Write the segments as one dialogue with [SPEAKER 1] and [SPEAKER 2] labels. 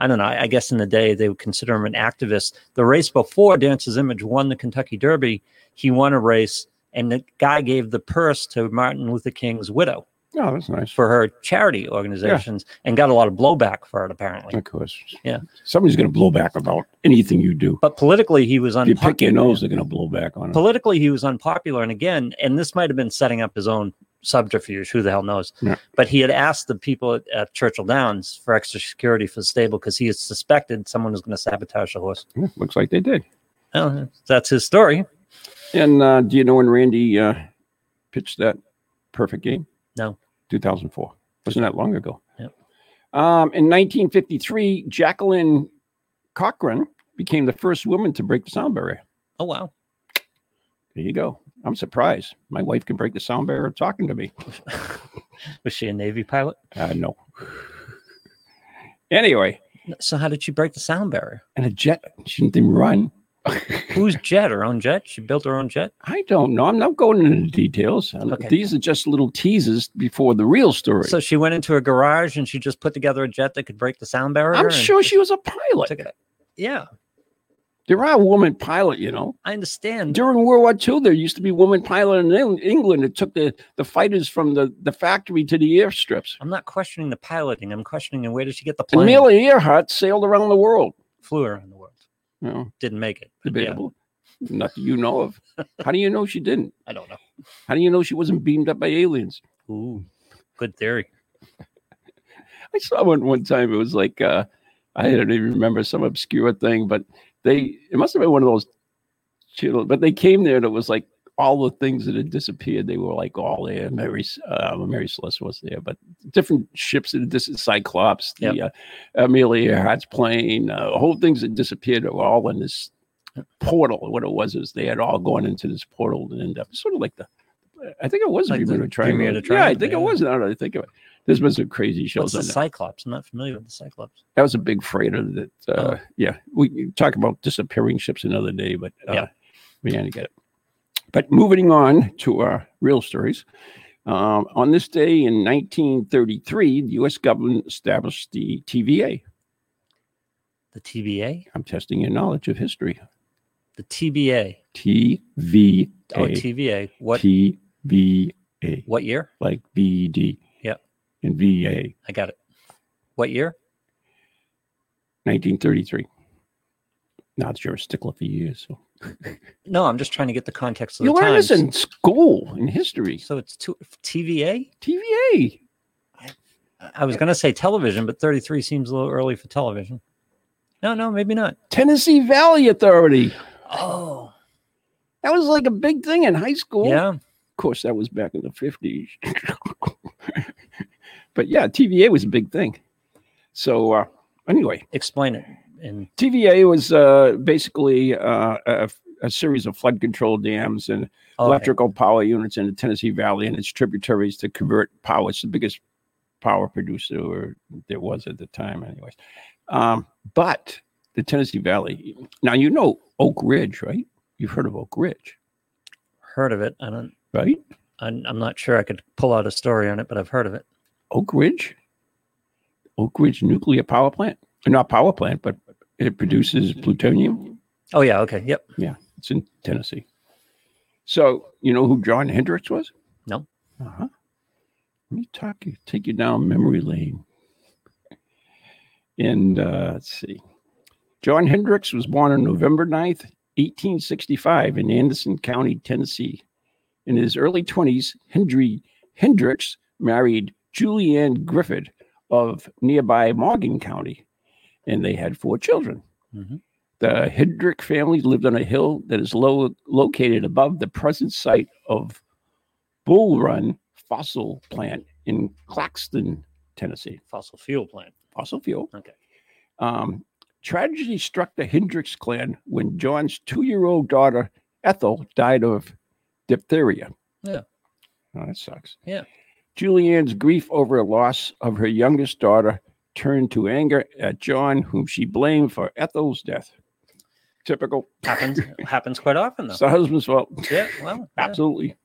[SPEAKER 1] I don't know. I guess in the day they would consider him an activist. The race before Dance's Image won the Kentucky Derby, he won a race, and the guy gave the purse to Martin Luther King's widow
[SPEAKER 2] Oh, that's nice.
[SPEAKER 1] for her charity organizations and got a lot of blowback for it, apparently.
[SPEAKER 2] Of course.
[SPEAKER 1] Yeah.
[SPEAKER 2] Somebody's going to blow back about anything you do.
[SPEAKER 1] But politically, he was
[SPEAKER 2] If you pick your
[SPEAKER 1] unpopular.
[SPEAKER 2] nose, they're going to blow back on it.
[SPEAKER 1] politically he was unpopular and again and this might have been setting up his own subterfuge who the hell knows
[SPEAKER 2] Yeah.
[SPEAKER 1] but he had asked the people at, at churchill downs for extra security for the stable because he had suspected someone was going to sabotage the horse
[SPEAKER 2] Yeah, looks like they did.
[SPEAKER 1] well, that's his story
[SPEAKER 2] And uh, do you know when Randy uh, pitched that perfect game?
[SPEAKER 1] No.
[SPEAKER 2] 2004. Wasn't that long ago?
[SPEAKER 1] Yep.
[SPEAKER 2] Um, in 1953, Jacqueline Cochran became the first woman to break the sound barrier.
[SPEAKER 1] oh wow
[SPEAKER 2] There you go. I'm surprised. My wife can break the sound barrier talking to me.
[SPEAKER 1] was she a navy pilot
[SPEAKER 2] Uh, no. anyway,
[SPEAKER 1] so how did she break the sound barrier
[SPEAKER 2] and a jet. She didn't even run.
[SPEAKER 1] whose jet her own jet she built her own jet
[SPEAKER 2] I don't know. I'm not going into the details. Uh,
[SPEAKER 1] Okay.
[SPEAKER 2] These are just little teases before the real story.
[SPEAKER 1] so she went into a garage and she just put together a jet that could break the sound barrier
[SPEAKER 2] I'm
[SPEAKER 1] and
[SPEAKER 2] sure
[SPEAKER 1] just
[SPEAKER 2] she was a pilot.
[SPEAKER 1] took it yeah
[SPEAKER 2] There are women pilot, you know.
[SPEAKER 1] i understand
[SPEAKER 2] During World War II, there used to be women pilot in Eng- England that took the, the fighters from the, the factory to the airstrips.
[SPEAKER 1] i'm not questioning the piloting i'm questioning where did she get the
[SPEAKER 2] And
[SPEAKER 1] plane
[SPEAKER 2] Amelia Earhart sailed around the world.
[SPEAKER 1] flew around the world
[SPEAKER 2] You know,
[SPEAKER 1] didn't make it. but yeah,
[SPEAKER 2] debatable. Not that you know of. How do you know she didn't?
[SPEAKER 1] I don't know.
[SPEAKER 2] How do you know she wasn't beamed up by aliens?
[SPEAKER 1] Ooh, good theory.
[SPEAKER 2] I saw one one time. It was like uh, I don't even remember some obscure thing, but they it must have been one of those. channel- But they came there and it was like all the things that had disappeared. They were like all there. Mary uh, Mary Celeste was there, but different ships that had dis- Cyclops, the uh, Amelia Earhart's plane, uh, whole things that disappeared were all in this portal. What it was is they had all gone into this portal and end up sort of like the. I think it was
[SPEAKER 1] Like
[SPEAKER 2] like
[SPEAKER 1] the
[SPEAKER 2] Bermuda Triangle.
[SPEAKER 1] Bermuda
[SPEAKER 2] Yeah, I
[SPEAKER 1] Triangle,
[SPEAKER 2] think
[SPEAKER 1] yeah.
[SPEAKER 2] it was. Now that I think of it, there's been some crazy shows on
[SPEAKER 1] What's the
[SPEAKER 2] that.
[SPEAKER 1] Cyclops? I'm not familiar with the Cyclops.
[SPEAKER 2] That was a big freighter that, uh,
[SPEAKER 1] Oh.
[SPEAKER 2] yeah, we can talk about disappearing ships another day, but uh,
[SPEAKER 1] Yeah.
[SPEAKER 2] we had to get it. But moving on to our real stories. Um, on this day in 1933, the U.S. government established the TVA.
[SPEAKER 1] The TBA?
[SPEAKER 2] I'm testing your knowledge of history.
[SPEAKER 1] The TBA.
[SPEAKER 2] TVA.
[SPEAKER 1] Oh, TVA. What
[SPEAKER 2] TVA.
[SPEAKER 1] what year?
[SPEAKER 2] Like E VD.
[SPEAKER 1] Yeah.
[SPEAKER 2] And VA.
[SPEAKER 1] I got it. What year?
[SPEAKER 2] 1933. Not sure, stickler for years. So.
[SPEAKER 1] No, I'm just trying to get the context of
[SPEAKER 2] You
[SPEAKER 1] the
[SPEAKER 2] learn
[SPEAKER 1] times.
[SPEAKER 2] this in school, in history.
[SPEAKER 1] So it's two, TVA?
[SPEAKER 2] TVA.
[SPEAKER 1] I- I was going to say television, but 33 seems a little early for television. No, no, maybe not.
[SPEAKER 2] Tennessee Valley Authority.
[SPEAKER 1] Oh,
[SPEAKER 2] That was like a big thing in high school.
[SPEAKER 1] yeah.
[SPEAKER 2] Of course, that was back in the 50s. but yeah, TVA was a big thing. So, uh, anyway,
[SPEAKER 1] Explain it. And
[SPEAKER 2] TVA was uh, basically uh, a, a series of flood control dams and
[SPEAKER 1] okay.
[SPEAKER 2] electrical power units in the Tennessee Valley and its tributaries to convert power. It's the biggest power producer there was at the time, anyways. Um, but the Tennessee Valley, now you know Oak Ridge, right? You've heard of Oak Ridge,
[SPEAKER 1] heard of it. I don't.
[SPEAKER 2] right?
[SPEAKER 1] I'm, I'm not sure I could pull out a story on it, but I've heard of it.
[SPEAKER 2] Oak Ridge, Oak Ridge nuclear power plant, not power plant, but it produces plutonium.
[SPEAKER 1] Oh yeah. Okay. Yep.
[SPEAKER 2] It's in Tennessee. So you know who John Hendricks was?
[SPEAKER 1] No.
[SPEAKER 2] Uh-huh. Let me talk you, take you down memory lane. And uh, let's see. John Hendricks was born on November 9th, 1865, in Anderson County, Tennessee. In his early 20s, Hendry Hendricks married Julianne Griffith of nearby Morgan County, and they had four children.
[SPEAKER 1] hmm
[SPEAKER 2] The Hendrick family lived on a hill that is low, located above the present site of Bull Run Fossil Plant in Claxton, Tennessee.
[SPEAKER 1] Fossil fuel plant.
[SPEAKER 2] Fossil fuel.
[SPEAKER 1] Okay.
[SPEAKER 2] Um, tragedy struck the Hendricks clan when John's two year old daughter, Ethel, died of diphtheria.
[SPEAKER 1] Yeah.
[SPEAKER 2] Oh, that sucks.
[SPEAKER 1] Yeah.
[SPEAKER 2] Julianne's grief over the loss of her youngest daughter turned to anger at John, whom she blamed for Ethel's death. Typical.
[SPEAKER 1] Happens happens quite often though.
[SPEAKER 2] It's the husband's fault.
[SPEAKER 1] yeah. Well. Yeah.
[SPEAKER 2] Absolutely.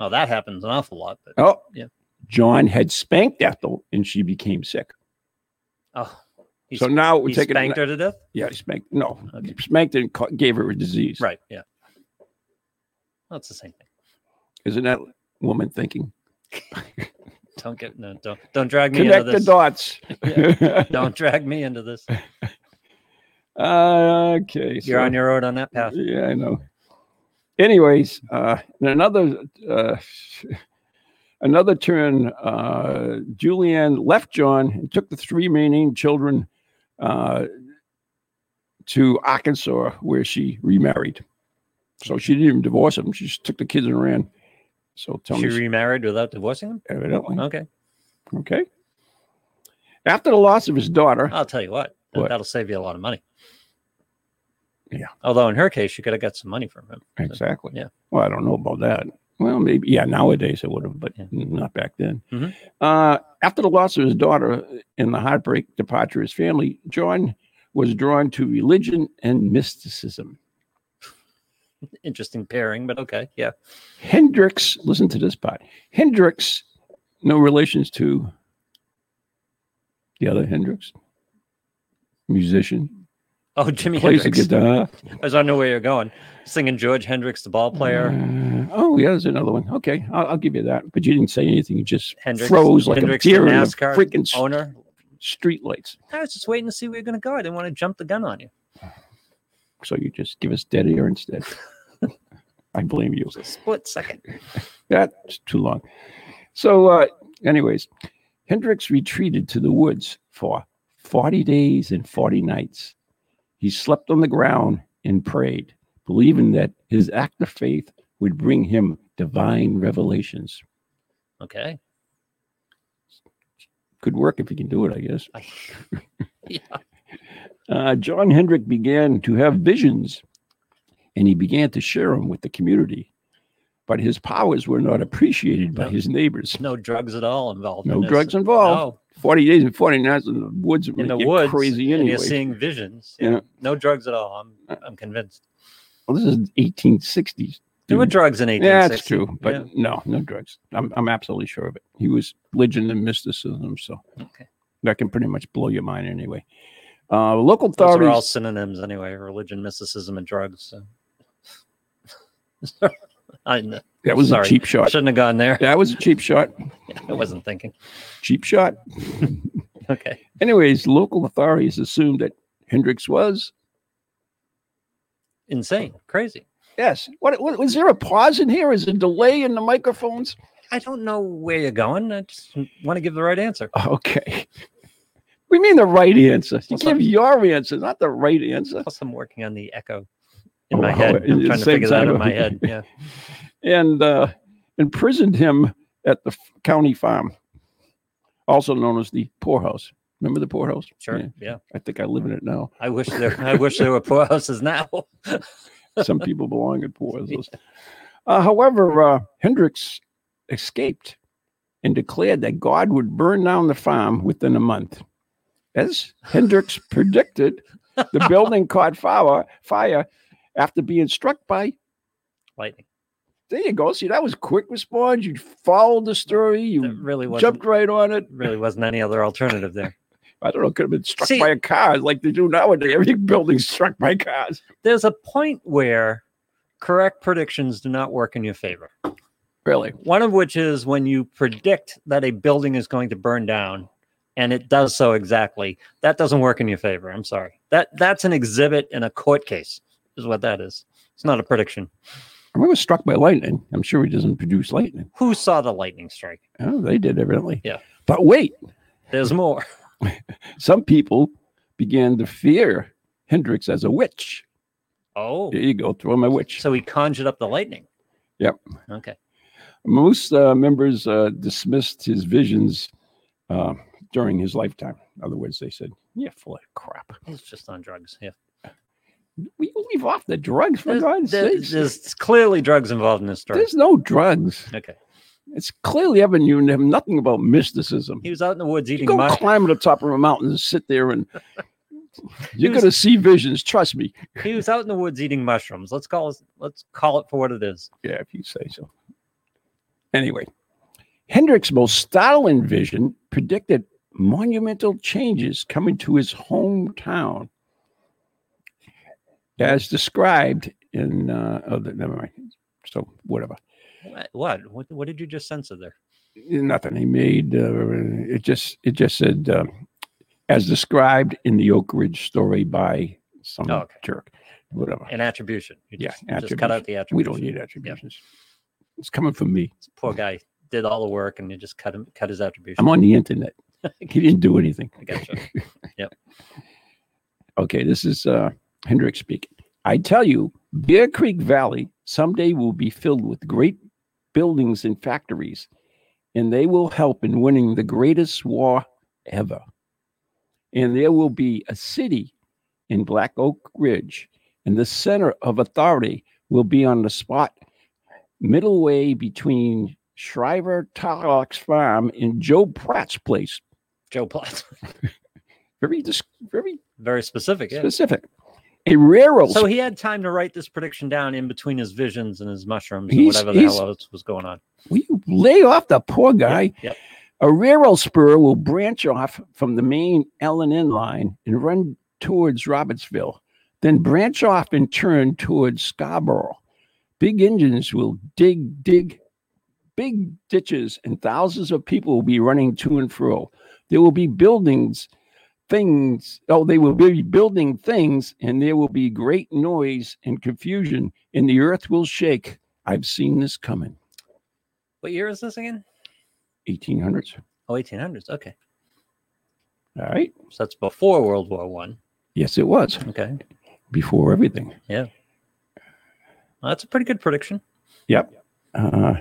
[SPEAKER 1] Well, that happens an awful lot. But
[SPEAKER 2] Oh,
[SPEAKER 1] Yeah.
[SPEAKER 2] John had spanked Ethel and she became sick.
[SPEAKER 1] oh, he,
[SPEAKER 2] so now we're
[SPEAKER 1] he
[SPEAKER 2] taking.
[SPEAKER 1] spanked her to death.
[SPEAKER 2] Yeah, he spanked. No,
[SPEAKER 1] Okay.
[SPEAKER 2] spanked and ca- gave her a disease.
[SPEAKER 1] Right. Yeah. Well, it's the same thing.
[SPEAKER 2] Isn't that woman thinking?
[SPEAKER 1] Don't get no. Don't don't drag me
[SPEAKER 2] Connect
[SPEAKER 1] into
[SPEAKER 2] the
[SPEAKER 1] this.
[SPEAKER 2] dots.
[SPEAKER 1] Don't drag me into this.
[SPEAKER 2] Uh, okay.
[SPEAKER 1] You're
[SPEAKER 2] so-
[SPEAKER 1] on your own on that path.
[SPEAKER 2] Yeah, I know. Anyways, uh, in another uh, another turn, uh, Julianne left John and took the three remaining children uh, to Arkansas, where she remarried. So she didn't even divorce them; she just took the kids and ran. So tell
[SPEAKER 1] she
[SPEAKER 2] me,
[SPEAKER 1] remarried without divorcing him.
[SPEAKER 2] evidently,
[SPEAKER 1] Okay,
[SPEAKER 2] okay. After the loss of his daughter,
[SPEAKER 1] I'll tell you what,
[SPEAKER 2] What?
[SPEAKER 1] That'll save you a lot of money.
[SPEAKER 2] Yeah.
[SPEAKER 1] Although in her case, she could have got some money from him.
[SPEAKER 2] Exactly.
[SPEAKER 1] yeah.
[SPEAKER 2] Well, I don't know about that. Well, maybe yeah. Nowadays it would have, but
[SPEAKER 1] Yeah.
[SPEAKER 2] not back then.
[SPEAKER 1] Mhm.
[SPEAKER 2] Uh, after the loss of his daughter and the heartbreak departure of his family, John was drawn to religion and mysticism.
[SPEAKER 1] Interesting pairing, but okay, yeah.
[SPEAKER 2] Hendrix, listen to this part. Hendrix, no relations to the other Hendrix, musician,
[SPEAKER 1] Oh, Jimi
[SPEAKER 2] plays the
[SPEAKER 1] Hendrix.
[SPEAKER 2] guitar.
[SPEAKER 1] I was on know where you're going. Singing George Hendrix, the ball player.
[SPEAKER 2] Uh, oh, yeah, there's another one. Okay, I'll, I'll give you that. But you didn't say anything. You just
[SPEAKER 1] Hendrix
[SPEAKER 2] froze like
[SPEAKER 1] Hendrix,
[SPEAKER 2] a
[SPEAKER 1] the
[SPEAKER 2] deer in a
[SPEAKER 1] NASCAR
[SPEAKER 2] freaking s-
[SPEAKER 1] owner.
[SPEAKER 2] streetlights.
[SPEAKER 1] I was just waiting to see where you're going to go. I didn't want to jump the gun on you.
[SPEAKER 2] So you just give us dead air instead. I blame you.
[SPEAKER 1] Just a split second.
[SPEAKER 2] That's too long. So, uh, anyways, Hendrix retreated to the woods for 40 days and 40 nights. He slept on the ground and prayed, believing that his act of faith would bring him divine revelations.
[SPEAKER 1] Okay.
[SPEAKER 2] Good work if you can do it, I guess.
[SPEAKER 1] I, yeah.
[SPEAKER 2] Uh, John Hendrick began to have visions and he began to share them with the community. But his powers were not appreciated by
[SPEAKER 1] No.
[SPEAKER 2] his neighbors.
[SPEAKER 1] No drugs at all involved.
[SPEAKER 2] No
[SPEAKER 1] in this.
[SPEAKER 2] drugs involved.
[SPEAKER 1] No.
[SPEAKER 2] 40 days and 40 nights in the woods.
[SPEAKER 1] In the
[SPEAKER 2] make you
[SPEAKER 1] woods.
[SPEAKER 2] Crazy
[SPEAKER 1] and
[SPEAKER 2] anyway.
[SPEAKER 1] you're seeing visions.
[SPEAKER 2] Yeah. Uh,
[SPEAKER 1] No drugs at all. I'm, I'm convinced.
[SPEAKER 2] Well, this is 1860s.
[SPEAKER 1] There were
[SPEAKER 2] dude.
[SPEAKER 1] drugs in 1860.
[SPEAKER 2] Yeah, that's true. But
[SPEAKER 1] Yeah.
[SPEAKER 2] no, no drugs. I'm, I'm absolutely sure of it. He was religion and mysticism. So
[SPEAKER 1] Okay.
[SPEAKER 2] that can pretty much blow your mind anyway. Uh, local
[SPEAKER 1] Those are all
[SPEAKER 2] authorities.
[SPEAKER 1] synonyms anyway religion, mysticism, and drugs. So. I kn-
[SPEAKER 2] That was
[SPEAKER 1] sorry.
[SPEAKER 2] a cheap shot.
[SPEAKER 1] shouldn't have gone there.
[SPEAKER 2] That was a cheap shot.
[SPEAKER 1] I wasn't thinking.
[SPEAKER 2] Cheap shot.
[SPEAKER 1] Okay.
[SPEAKER 2] Anyways, local authorities assumed that Hendrix was.
[SPEAKER 1] Insane. Crazy.
[SPEAKER 2] Yes. What, what was there a pause in here? Is a delay in the microphones?
[SPEAKER 1] I don't know where you're going. I just want to give the right answer.
[SPEAKER 2] Oh, Okay. We mean the right answer. You
[SPEAKER 1] What's
[SPEAKER 2] give
[SPEAKER 1] up?
[SPEAKER 2] your answer, not the right answer.
[SPEAKER 1] Plus, I'm working on the echo in
[SPEAKER 2] Oh,
[SPEAKER 1] my
[SPEAKER 2] wow.
[SPEAKER 1] head.
[SPEAKER 2] At
[SPEAKER 1] I'm
[SPEAKER 2] the
[SPEAKER 1] trying to
[SPEAKER 2] same
[SPEAKER 1] figure that out
[SPEAKER 2] time.
[SPEAKER 1] in my head. Yeah.
[SPEAKER 2] And uh, imprisoned him at the f- county farm, also known as the poorhouse. Remember the poorhouse?
[SPEAKER 1] Sure.
[SPEAKER 2] Yeah,
[SPEAKER 1] Yeah.
[SPEAKER 2] I think I live in it now.
[SPEAKER 1] I wish there. I wish there were poorhouses now.
[SPEAKER 2] Some people belong in poorhouses. Uh, however, uh, Hendricks escaped and declared that God would burn down the farm within a month. As Hendricks predicted, the building caught fire, fire after being struck by.
[SPEAKER 1] Lightning.
[SPEAKER 2] There you go. See, that was a quick response. You followed the story.
[SPEAKER 1] There
[SPEAKER 2] You
[SPEAKER 1] really wasn't.
[SPEAKER 2] jumped right on it.
[SPEAKER 1] Really wasn't any other alternative there.
[SPEAKER 2] I don't know. Could have been struck
[SPEAKER 1] See-
[SPEAKER 2] by a car like they do nowadays. Every building's struck by cars.
[SPEAKER 1] There's a point where correct predictions do not work in your favor.
[SPEAKER 2] Really?
[SPEAKER 1] One of which is when you predict that a building is going to burn down and it does so exactly. That doesn't work in your favor. I'm sorry. That that's an exhibit in a court case, is what that is. It's not a prediction.
[SPEAKER 2] I remember struck by lightning. I'm sure he doesn't produce lightning.
[SPEAKER 1] Who saw the lightning strike?
[SPEAKER 2] Oh, they did evidently.
[SPEAKER 1] Yeah.
[SPEAKER 2] But wait,
[SPEAKER 1] There's more.
[SPEAKER 2] some people began to fear Hendrix as a witch.
[SPEAKER 1] Oh.
[SPEAKER 2] There you go. Throw my witch.
[SPEAKER 1] So he conjured up the lightning.
[SPEAKER 2] Yep.
[SPEAKER 1] Okay.
[SPEAKER 2] Most uh, members uh, dismissed his visions uh, during his lifetime. In other words, they said, "Yeah, full of crap."
[SPEAKER 1] He's just on drugs. Yeah.
[SPEAKER 2] We leave off the drugs for
[SPEAKER 1] There's,
[SPEAKER 2] God's
[SPEAKER 1] there-
[SPEAKER 2] sake.
[SPEAKER 1] there's clearly drugs involved in this story.
[SPEAKER 2] There's no drugs.
[SPEAKER 1] Okay.
[SPEAKER 2] It's clearly evident you know nothing about mysticism.
[SPEAKER 1] He was out in the woods
[SPEAKER 2] You
[SPEAKER 1] eating
[SPEAKER 2] go
[SPEAKER 1] mushrooms.
[SPEAKER 2] climb to the top of a mountain and sit there, and you're
[SPEAKER 1] was-
[SPEAKER 2] going to see visions. Trust me.
[SPEAKER 1] He was out in the woods eating mushrooms. Let's call it, let's call it for what it is.
[SPEAKER 2] Yeah, if you say so. Anyway, Hendrick's most startling vision predicted monumental changes coming to his hometown, as described in. Uh, oh, never mind. So whatever.
[SPEAKER 1] What? What, what did you just censor there?
[SPEAKER 2] nothing. He made uh, it. Just it just said uh, as described in the Oak Ridge story by some
[SPEAKER 1] Oh, okay.
[SPEAKER 2] jerk, whatever.
[SPEAKER 1] An attribution. You
[SPEAKER 2] Yeah,
[SPEAKER 1] just, you just cut out the attribution.
[SPEAKER 2] We don't need attributions. It's coming from me.
[SPEAKER 1] This poor guy did all the work, and you just cut him, cut his attribution.
[SPEAKER 2] I'm on the internet. He didn't do anything.
[SPEAKER 1] I gotcha.
[SPEAKER 2] Okay, this is uh, Hendrick speaking. I tell you, Bear Creek Valley someday will be filled with great buildings and factories, and they will help in winning the greatest war ever. And there will be a city in Black Oak Ridge, and the center of authority will be on the spot middle way between Shriver Tarlock's farm and Joe Pratt's place.
[SPEAKER 1] Joe Plot.
[SPEAKER 2] Very, dis- very
[SPEAKER 1] Very specific. Yeah.
[SPEAKER 2] specific. A railroad
[SPEAKER 1] So he had time to write this prediction down in between his visions and his mushrooms and
[SPEAKER 2] He's-
[SPEAKER 1] whatever the
[SPEAKER 2] he's-
[SPEAKER 1] hell else was going on.
[SPEAKER 2] Will you lay off the poor guy?
[SPEAKER 1] yep.
[SPEAKER 2] A railroad spur will branch off from the main L and N line and run towards Robertsville, then branch off and turn towards Scarborough. Big engines will dig, dig big ditches, and thousands of people will be running to and fro. There will be buildings, things. Oh, they will be building things, and there will be great noise and confusion, and the earth will shake. I've seen this coming.
[SPEAKER 1] What year is this again?
[SPEAKER 2] 1800s.
[SPEAKER 1] Oh, 1800s. Okay.
[SPEAKER 2] All right.
[SPEAKER 1] So that's before World War One.
[SPEAKER 2] Yes, it was
[SPEAKER 1] Okay.
[SPEAKER 2] before everything.
[SPEAKER 1] Well, that's a pretty good prediction.
[SPEAKER 2] Uh,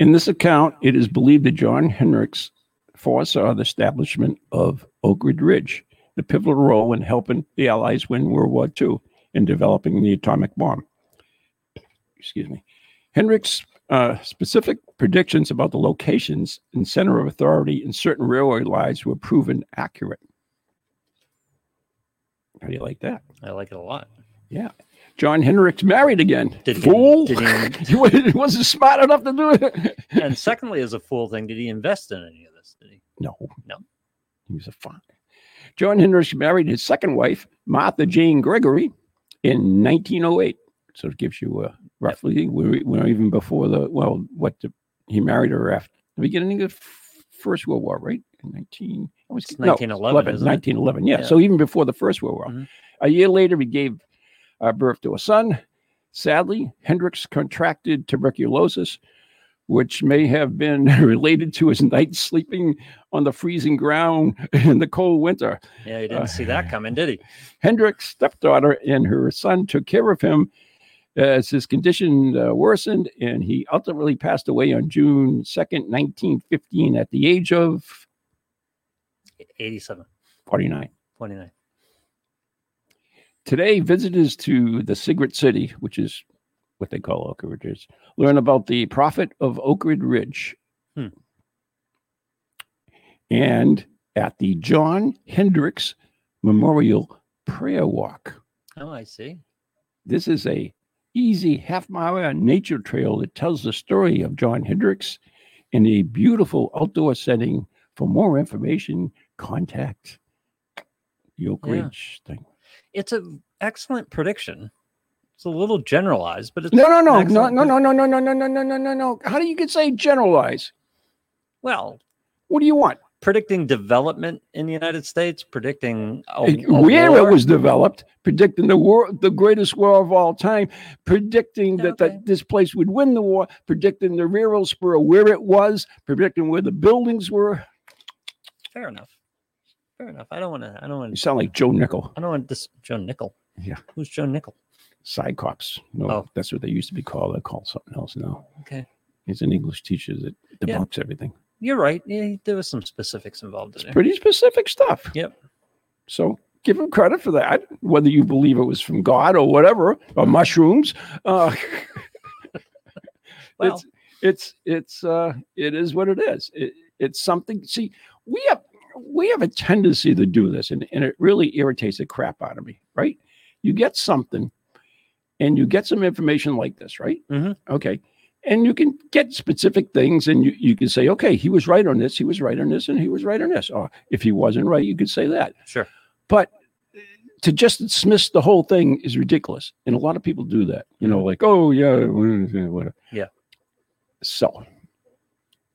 [SPEAKER 2] in this account, it is believed that John Hendricks foresaw the establishment of Oak Ridge Ridge, the pivotal role in helping the Allies win World War II and developing the atomic bomb. Excuse me. Hendricks' uh, specific predictions about the locations and center of authority in certain railroad lines were proven accurate. How do you like that?
[SPEAKER 1] I like it a lot.
[SPEAKER 2] John Hendricks married again.
[SPEAKER 1] Did he-
[SPEAKER 2] Fool.
[SPEAKER 1] did he-
[SPEAKER 2] he wa- he wasn't smart enough to do it.
[SPEAKER 1] And secondly, as a fool thing, did he invest in any of this? Did he?
[SPEAKER 2] No.
[SPEAKER 1] No.
[SPEAKER 2] He was a fun. John Hendricks married his second wife, Martha Jane Gregory, in 1908. So it gives you a roughly, we're, we're even before the, well, what the, he married her after the beginning of the f- First World War, right? In 19, I was,
[SPEAKER 1] It's
[SPEAKER 2] no,
[SPEAKER 1] 1911, isn't it?
[SPEAKER 2] 1911, yeah.
[SPEAKER 1] Yeah.
[SPEAKER 2] So even before the First World War.
[SPEAKER 1] Mhm.
[SPEAKER 2] A year later, he gave uh, birth to a son. Sadly, Hendricks contracted tuberculosis, which may have been related to his night sleeping on the freezing ground in the cold winter.
[SPEAKER 1] Yeah, he
[SPEAKER 2] Uh,
[SPEAKER 1] didn't see that coming, did he?
[SPEAKER 2] Hendrick's stepdaughter and her son took care of him as his condition uh, worsened, and he ultimately passed away on June 2nd, 1915, at the age of
[SPEAKER 1] 87,
[SPEAKER 2] 49.
[SPEAKER 1] 29.
[SPEAKER 2] Today, visitors to the Sigrid City, which is what they call Oak Ridge, is, learn about the prophet of Oak Ridge Ridge.
[SPEAKER 1] Hmm.
[SPEAKER 2] And at the John Hendricks Memorial Prayer Walk.
[SPEAKER 1] Oh, I see.
[SPEAKER 2] This is a easy half mile nature trail that tells the story of John Hendricks in a beautiful outdoor setting. For more information, contact the Oak
[SPEAKER 1] Yeah.
[SPEAKER 2] Ridge thing.
[SPEAKER 1] It's an excellent prediction. It's a little generalized, but it's
[SPEAKER 2] No, no, no, no,
[SPEAKER 1] Excellent.
[SPEAKER 2] no, no, no, no, no, no, no, no, no, no, no. How do you get say generalize?
[SPEAKER 1] well,
[SPEAKER 2] What do you want?
[SPEAKER 1] predicting development in the United States, predicting a, Oh, a
[SPEAKER 2] Where
[SPEAKER 1] war.
[SPEAKER 2] it was developed, predicting the war, the greatest war of all time, predicting that,
[SPEAKER 1] Okay.
[SPEAKER 2] that this place would win the war, predicting the railroad spur, where it was, predicting where the buildings were.
[SPEAKER 1] fair enough. Fair enough. I don't want to. I don't want
[SPEAKER 2] You
[SPEAKER 1] to.
[SPEAKER 2] sound like Joe Nickel,
[SPEAKER 1] I don't want this Joe Nickel.
[SPEAKER 2] Yeah.
[SPEAKER 1] Who's Joe Nickel?
[SPEAKER 2] Psychops. No,
[SPEAKER 1] Oh.
[SPEAKER 2] that's what they used to be called. They're called something else now.
[SPEAKER 1] Okay.
[SPEAKER 2] He's an English teacher that
[SPEAKER 1] Yeah.
[SPEAKER 2] debunks everything.
[SPEAKER 1] You're right. Yeah, there was some specifics involved in there.
[SPEAKER 2] pretty specific stuff.
[SPEAKER 1] Yep.
[SPEAKER 2] So give him credit for that. Whether you believe it was from God or whatever, or mushrooms, uh,
[SPEAKER 1] Well,
[SPEAKER 2] it's it's it's uh, it is what it is. It, it's something. See, we have we have a tendency to do this, and, and it really irritates the crap out of me. Right? You get something, and you get some information like this, right?
[SPEAKER 1] Mhm.
[SPEAKER 2] Okay. And you can get specific things, and you, you can say, okay, he was right on this, he was right on this, and he was right on this. Or if he wasn't right, you could say that.
[SPEAKER 1] sure.
[SPEAKER 2] But to just dismiss the whole thing is ridiculous. And a lot of people do that, you know, like, oh, yeah, whatever.
[SPEAKER 1] Yeah.
[SPEAKER 2] So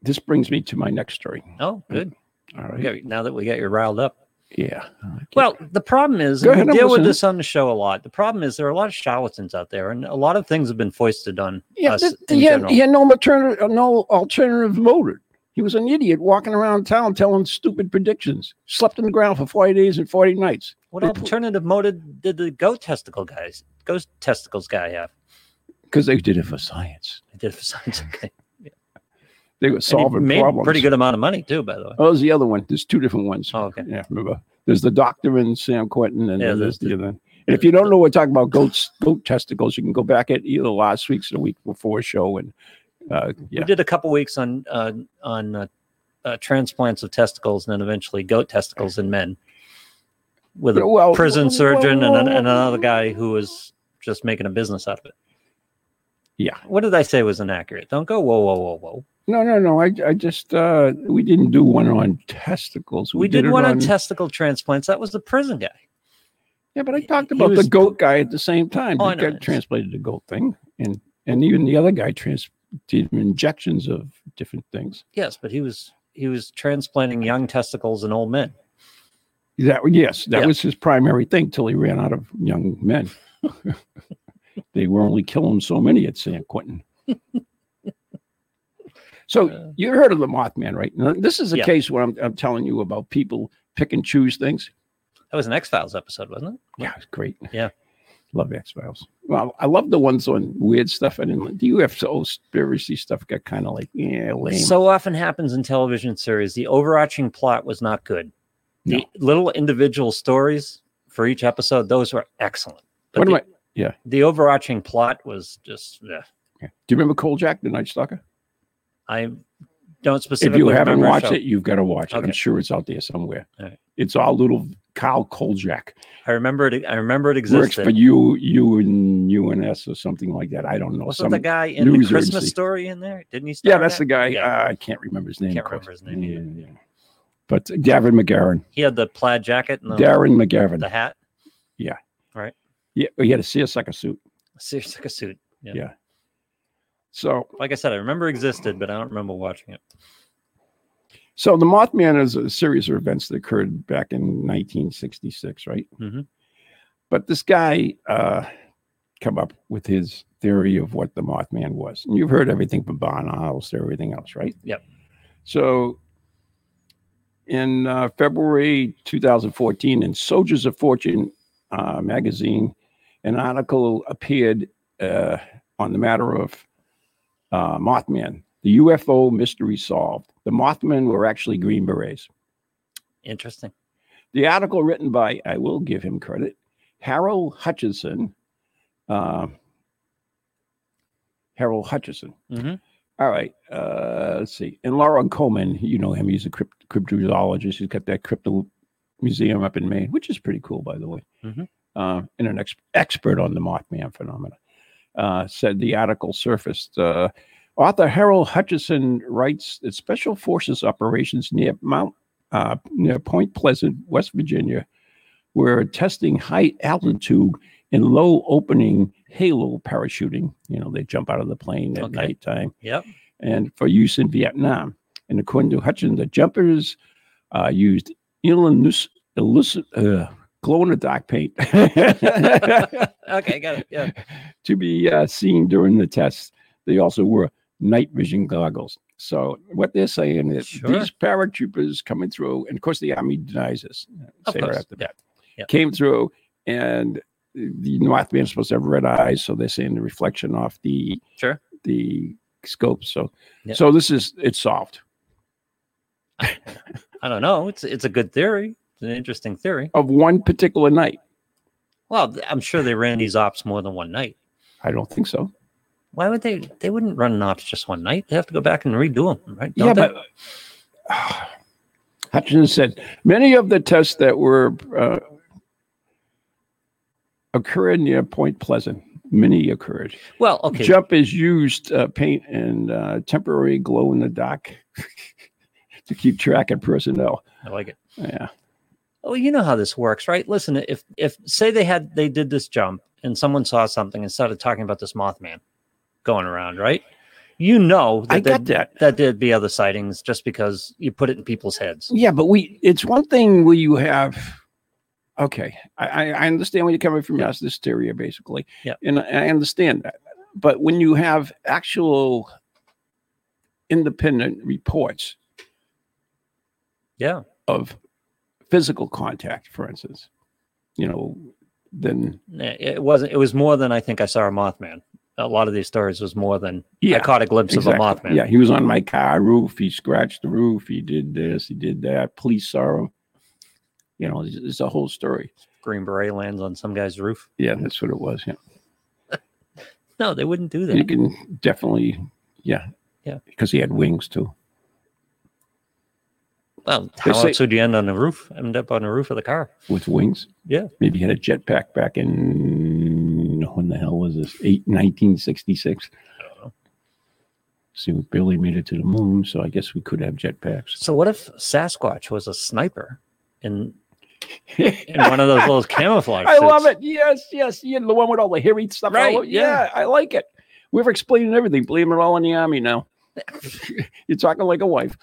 [SPEAKER 2] this brings me to my next story.
[SPEAKER 1] Oh, good.
[SPEAKER 2] All
[SPEAKER 1] We
[SPEAKER 2] right.
[SPEAKER 1] got- Now that we got you riled up.
[SPEAKER 2] Yeah. Okay.
[SPEAKER 1] Well, the problem is,
[SPEAKER 2] Go
[SPEAKER 1] and
[SPEAKER 2] ahead,
[SPEAKER 1] we
[SPEAKER 2] I'm
[SPEAKER 1] deal with
[SPEAKER 2] listening.
[SPEAKER 1] this on the show a lot. The problem is there are a lot of charlatans out there, and a lot of things have been foisted on
[SPEAKER 2] yeah,
[SPEAKER 1] us
[SPEAKER 2] th-
[SPEAKER 1] in
[SPEAKER 2] he, had,
[SPEAKER 1] general.
[SPEAKER 2] he had no alternative, uh, no alternative motive. He was an idiot walking around town telling stupid predictions. Slept on the ground for forty days and forty nights.
[SPEAKER 1] What
[SPEAKER 2] They pl-
[SPEAKER 1] alternative motive did the goat testicle guys, ghost testicles guy have?
[SPEAKER 2] because they did it for science.
[SPEAKER 1] I did for science. Okay.
[SPEAKER 2] They were
[SPEAKER 1] And he
[SPEAKER 2] solving
[SPEAKER 1] made
[SPEAKER 2] problems.
[SPEAKER 1] a pretty good amount of money too, by the way.
[SPEAKER 2] Oh, there's the other one. There's two different ones.
[SPEAKER 1] Oh, okay.
[SPEAKER 2] Yeah, remember. There's the doctor in Sam Quentin, and
[SPEAKER 1] Yeah,
[SPEAKER 2] then
[SPEAKER 1] the-
[SPEAKER 2] there's the other. And if you don't know, we're talking about goats, goat testicles. You can go back at either last week's or the week before show, and uh, yeah,
[SPEAKER 1] We did a couple weeks on uh, on uh, uh, transplants of testicles, and then eventually goat testicles in men, with a
[SPEAKER 2] well,
[SPEAKER 1] prison
[SPEAKER 2] well,
[SPEAKER 1] surgeon and, an, and another guy who was just making a business out of it.
[SPEAKER 2] Yeah.
[SPEAKER 1] What did I say was inaccurate? Don't go whoa whoa whoa whoa.
[SPEAKER 2] No, no, no. I, I just uh, we didn't do one on testicles.
[SPEAKER 1] We, did,
[SPEAKER 2] it
[SPEAKER 1] one on testicle transplants. That was the prison guy.
[SPEAKER 2] Yeah, but I talked
[SPEAKER 1] He
[SPEAKER 2] about
[SPEAKER 1] was-
[SPEAKER 2] the goat guy at the same time.
[SPEAKER 1] Oh, I
[SPEAKER 2] He
[SPEAKER 1] know.
[SPEAKER 2] got transplanted the goat thing, and and even the other guy trans did injections of different things.
[SPEAKER 1] Yes, but he was he was transplanting young testicles in old men.
[SPEAKER 2] That yes, that
[SPEAKER 1] Yeah.
[SPEAKER 2] was his primary thing till he ran out of young men. they were only killing so many at San Quentin. so
[SPEAKER 1] Uh,
[SPEAKER 2] you heard of the Mothman, right? Now, this is a
[SPEAKER 1] Yeah.
[SPEAKER 2] case where I'm, I'm telling you about people pick and choose things.
[SPEAKER 1] that was an X Files episode, wasn't it?
[SPEAKER 2] Yeah, it's great.
[SPEAKER 1] Yeah.
[SPEAKER 2] Love X Files. Well, I love the ones on weird stuff. I didn't like the UFO conspiracy stuff got kind of like, yeah, lame.
[SPEAKER 1] So often happens in television series. The overarching plot was not good. The
[SPEAKER 2] No.
[SPEAKER 1] little individual stories for each episode, those were excellent. But
[SPEAKER 2] what
[SPEAKER 1] the,
[SPEAKER 2] am I?
[SPEAKER 1] the overarching plot was just. eh.
[SPEAKER 2] yeah. Do you remember Jack, the Night Stalker?
[SPEAKER 1] I don't
[SPEAKER 2] If
[SPEAKER 1] specifically.
[SPEAKER 2] you haven't
[SPEAKER 1] remember a
[SPEAKER 2] watched
[SPEAKER 1] show.
[SPEAKER 2] it, you've got to watch it.
[SPEAKER 1] Okay.
[SPEAKER 2] I'm sure it's out there somewhere.
[SPEAKER 1] All right.
[SPEAKER 2] It's all little Kyle Koljak.
[SPEAKER 1] I remember it. I remember it
[SPEAKER 2] Works
[SPEAKER 1] existed.
[SPEAKER 2] for you, you and UNS or something like that. I don't know.
[SPEAKER 1] Wasn't
[SPEAKER 2] Some,
[SPEAKER 1] the guy in the
[SPEAKER 2] news
[SPEAKER 1] Christmas
[SPEAKER 2] agency.
[SPEAKER 1] story in there? Didn't he?
[SPEAKER 2] yeah,
[SPEAKER 1] star in
[SPEAKER 2] that's
[SPEAKER 1] that?
[SPEAKER 2] the guy.
[SPEAKER 1] Yeah.
[SPEAKER 2] Uh, I can't remember his name.
[SPEAKER 1] Can't
[SPEAKER 2] of course.
[SPEAKER 1] remember his name either.
[SPEAKER 2] Yeah, yeah. But uh, Darren McGarren.
[SPEAKER 1] He had the plaid jacket and the,
[SPEAKER 2] Darren McGarren.
[SPEAKER 1] the hat.
[SPEAKER 2] yeah, he had a seersucker suit.
[SPEAKER 1] Seriously, like a suit. Yeah.
[SPEAKER 2] Yeah. So
[SPEAKER 1] Like I said, I remember it existed, but I don't remember watching it.
[SPEAKER 2] So the Mothman is a series of events that occurred back in 1966, right?
[SPEAKER 1] Mhm.
[SPEAKER 2] But this guy uh, come up with his theory of what the Mothman was, and you've heard everything from Barn House to everything else, right?
[SPEAKER 1] Yep.
[SPEAKER 2] So in uh, February 2014, in Soldiers of Fortune uh, magazine, an article appeared uh, on the matter of uh, Mothman, the UFO mystery solved. The Mothmen were actually Green Berets.
[SPEAKER 1] Interesting.
[SPEAKER 2] The article written by, I will give him credit, Harold Hutchinson. Uh, Harold Hutchinson.
[SPEAKER 1] Mhm.
[SPEAKER 2] All right. Uh, let's see. And Laura Coleman, you know him. He's a crypt- cryptozoologist. He's got that crypto museum up in Maine, which is pretty cool, by the way.
[SPEAKER 1] Mhm.
[SPEAKER 2] Uh, and an ex- expert on the Mothman phenomena uh, said the article surfaced. Uh, author Harold Hutchinson writes that special forces operations near Mount uh, near Point Pleasant, West Virginia, were testing high altitude and low opening halo parachuting. You know, they jump out of the plane at
[SPEAKER 1] Okay.
[SPEAKER 2] nighttime
[SPEAKER 1] Yep.
[SPEAKER 2] and for use in Vietnam. And according to Hutchinson, the jumpers uh, used illus- illus- uh, glow in the dark paint
[SPEAKER 1] Okay, got it. Yeah.
[SPEAKER 2] to be uh, seen during the test. They also wore night vision goggles. So what they're saying is
[SPEAKER 1] Sure.
[SPEAKER 2] these paratroopers coming through, and of course the army denies this. uh,
[SPEAKER 1] Of
[SPEAKER 2] Say right
[SPEAKER 1] course.
[SPEAKER 2] off the
[SPEAKER 1] Yeah.
[SPEAKER 2] bat.
[SPEAKER 1] Yeah.
[SPEAKER 2] Came through, and the Northman's supposed to have red eyes, so they're saying the reflection off the
[SPEAKER 1] Sure.
[SPEAKER 2] the scope. So
[SPEAKER 1] Yeah.
[SPEAKER 2] so this is it's solved.
[SPEAKER 1] I don't know. It's it's a good theory. It's an interesting theory.
[SPEAKER 2] of one particular night.
[SPEAKER 1] Well, th- I'm sure they ran these ops more than one night.
[SPEAKER 2] I don't think so.
[SPEAKER 1] Why would they? They wouldn't run an ops just one night. They have to go back and redo them, right?
[SPEAKER 2] yeah,
[SPEAKER 1] Don't they?
[SPEAKER 2] but Hutchinson said many of the tests that were uh, occurred near Point Pleasant. Many occurred.
[SPEAKER 1] well, okay.
[SPEAKER 2] Jump is used uh, paint and uh, temporary glow in the dark to keep track of personnel.
[SPEAKER 1] I like it.
[SPEAKER 2] Yeah,
[SPEAKER 1] Oh, you know how this works, right? Listen, if if say they had they did this jump and someone saw something and started talking about this Mothman going around, right? you know
[SPEAKER 2] I
[SPEAKER 1] that
[SPEAKER 2] got
[SPEAKER 1] there'd,
[SPEAKER 2] that.
[SPEAKER 1] that there'd be other sightings just because you put it in people's heads.
[SPEAKER 2] Yeah, but we it's one thing where you have okay. I, I I understand where you're coming from, mass hysteria, basically.
[SPEAKER 1] Yeah.
[SPEAKER 2] And I I understand that. But when you have actual independent reports
[SPEAKER 1] Yeah.
[SPEAKER 2] of physical contact, for instance, you know, then
[SPEAKER 1] Yeah, It wasn't. It was more than I think I saw a Mothman. A lot of these stories was more than I caught a glimpse of a Mothman.
[SPEAKER 2] Yeah, he was on my car roof. He scratched the roof. He did this. He did that. Police saw him. You know, it's, it's a whole story.
[SPEAKER 1] Green beret lands on some guy's roof.
[SPEAKER 2] Yeah, that's what it was. Yeah.
[SPEAKER 1] No, they wouldn't do
[SPEAKER 2] You
[SPEAKER 1] that.
[SPEAKER 2] can definitely, yeah,
[SPEAKER 1] Yeah.
[SPEAKER 2] because he had wings too.
[SPEAKER 1] Well, how
[SPEAKER 2] say-
[SPEAKER 1] else would you end on the roof? End up on the roof of the car.
[SPEAKER 2] With wings,
[SPEAKER 1] Yeah.
[SPEAKER 2] Maybe he had a jetpack back in when the hell was this? Eight, 1966.
[SPEAKER 1] Uh-huh.
[SPEAKER 2] See, we barely made it to the moon, so I guess we could have jetpacks.
[SPEAKER 1] So what if Sasquatch was a sniper in in one of those little camouflage?
[SPEAKER 2] I love
[SPEAKER 1] suits?
[SPEAKER 2] it. Yes, yes. Yeah, the one with all the hairy stuff.
[SPEAKER 1] Right,
[SPEAKER 2] all over- yeah. I like it. We've explained everything. Blame it all on the army now. You're talking like a wife.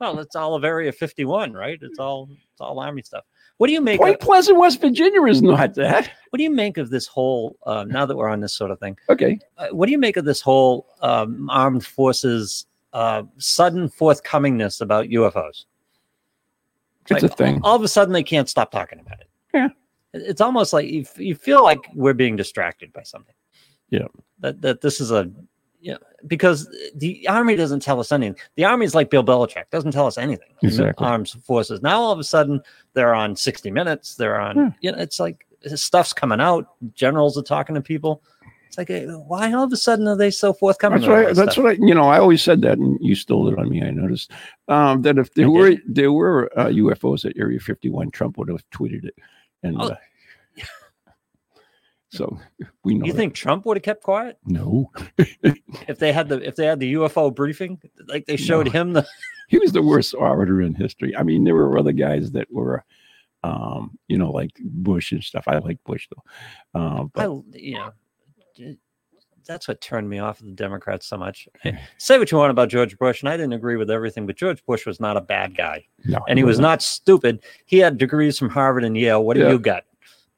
[SPEAKER 1] Well, it's all of Area 51, right? It's all it's all army stuff. What do you make? Of,
[SPEAKER 2] Point Pleasant, West Virginia is not that.
[SPEAKER 1] what do you make of this whole? Uh, now that we're on this sort of thing,
[SPEAKER 2] Okay.
[SPEAKER 1] uh, what do you make of this whole um, armed forces uh, sudden forthcomingness about UFOs?
[SPEAKER 2] It's a thing.
[SPEAKER 1] All of a sudden, they can't stop talking about it.
[SPEAKER 2] Yeah.
[SPEAKER 1] It- it's almost like you, f- you feel like we're being distracted by something.
[SPEAKER 2] Yeah.
[SPEAKER 1] that that this is a yeah because the army doesn't tell us anything. The army is like Bill Belichick doesn't tell us anything.
[SPEAKER 2] Exactly.
[SPEAKER 1] Arms forces. Now all of a sudden they're on 60 Minutes. They're on.
[SPEAKER 2] Yeah.
[SPEAKER 1] You know, it's like stuff's coming out. Generals are talking to people. It's like, eh, why all of a sudden are they so forthcoming?
[SPEAKER 2] That's
[SPEAKER 1] with all
[SPEAKER 2] what I,
[SPEAKER 1] this
[SPEAKER 2] that's
[SPEAKER 1] stuff?
[SPEAKER 2] what I you know I always said that and you stole it on me I noticed um, that if there
[SPEAKER 1] I did.
[SPEAKER 2] were there were uh, UFOs at Area 51 Trump would have tweeted it and
[SPEAKER 1] Oh.
[SPEAKER 2] uh, so we know
[SPEAKER 1] You
[SPEAKER 2] that.
[SPEAKER 1] think Trump would have kept quiet
[SPEAKER 2] no
[SPEAKER 1] if they had the if they had the UFO briefing? Like they showed
[SPEAKER 2] No.
[SPEAKER 1] him the
[SPEAKER 2] he was the worst orator in history. I mean, there were other guys that were, um, you know, like Bush and stuff. I like Bush though, uh,
[SPEAKER 1] I,
[SPEAKER 2] but
[SPEAKER 1] you know, d- that's what turned me off of the Democrats so much. I- Say what you want about George Bush, and I didn't agree with everything, but George Bush was not a bad guy,
[SPEAKER 2] no,
[SPEAKER 1] and he was not stupid. He had degrees from Harvard and Yale. What do
[SPEAKER 2] Mm-hmm. Yeah.
[SPEAKER 1] you got?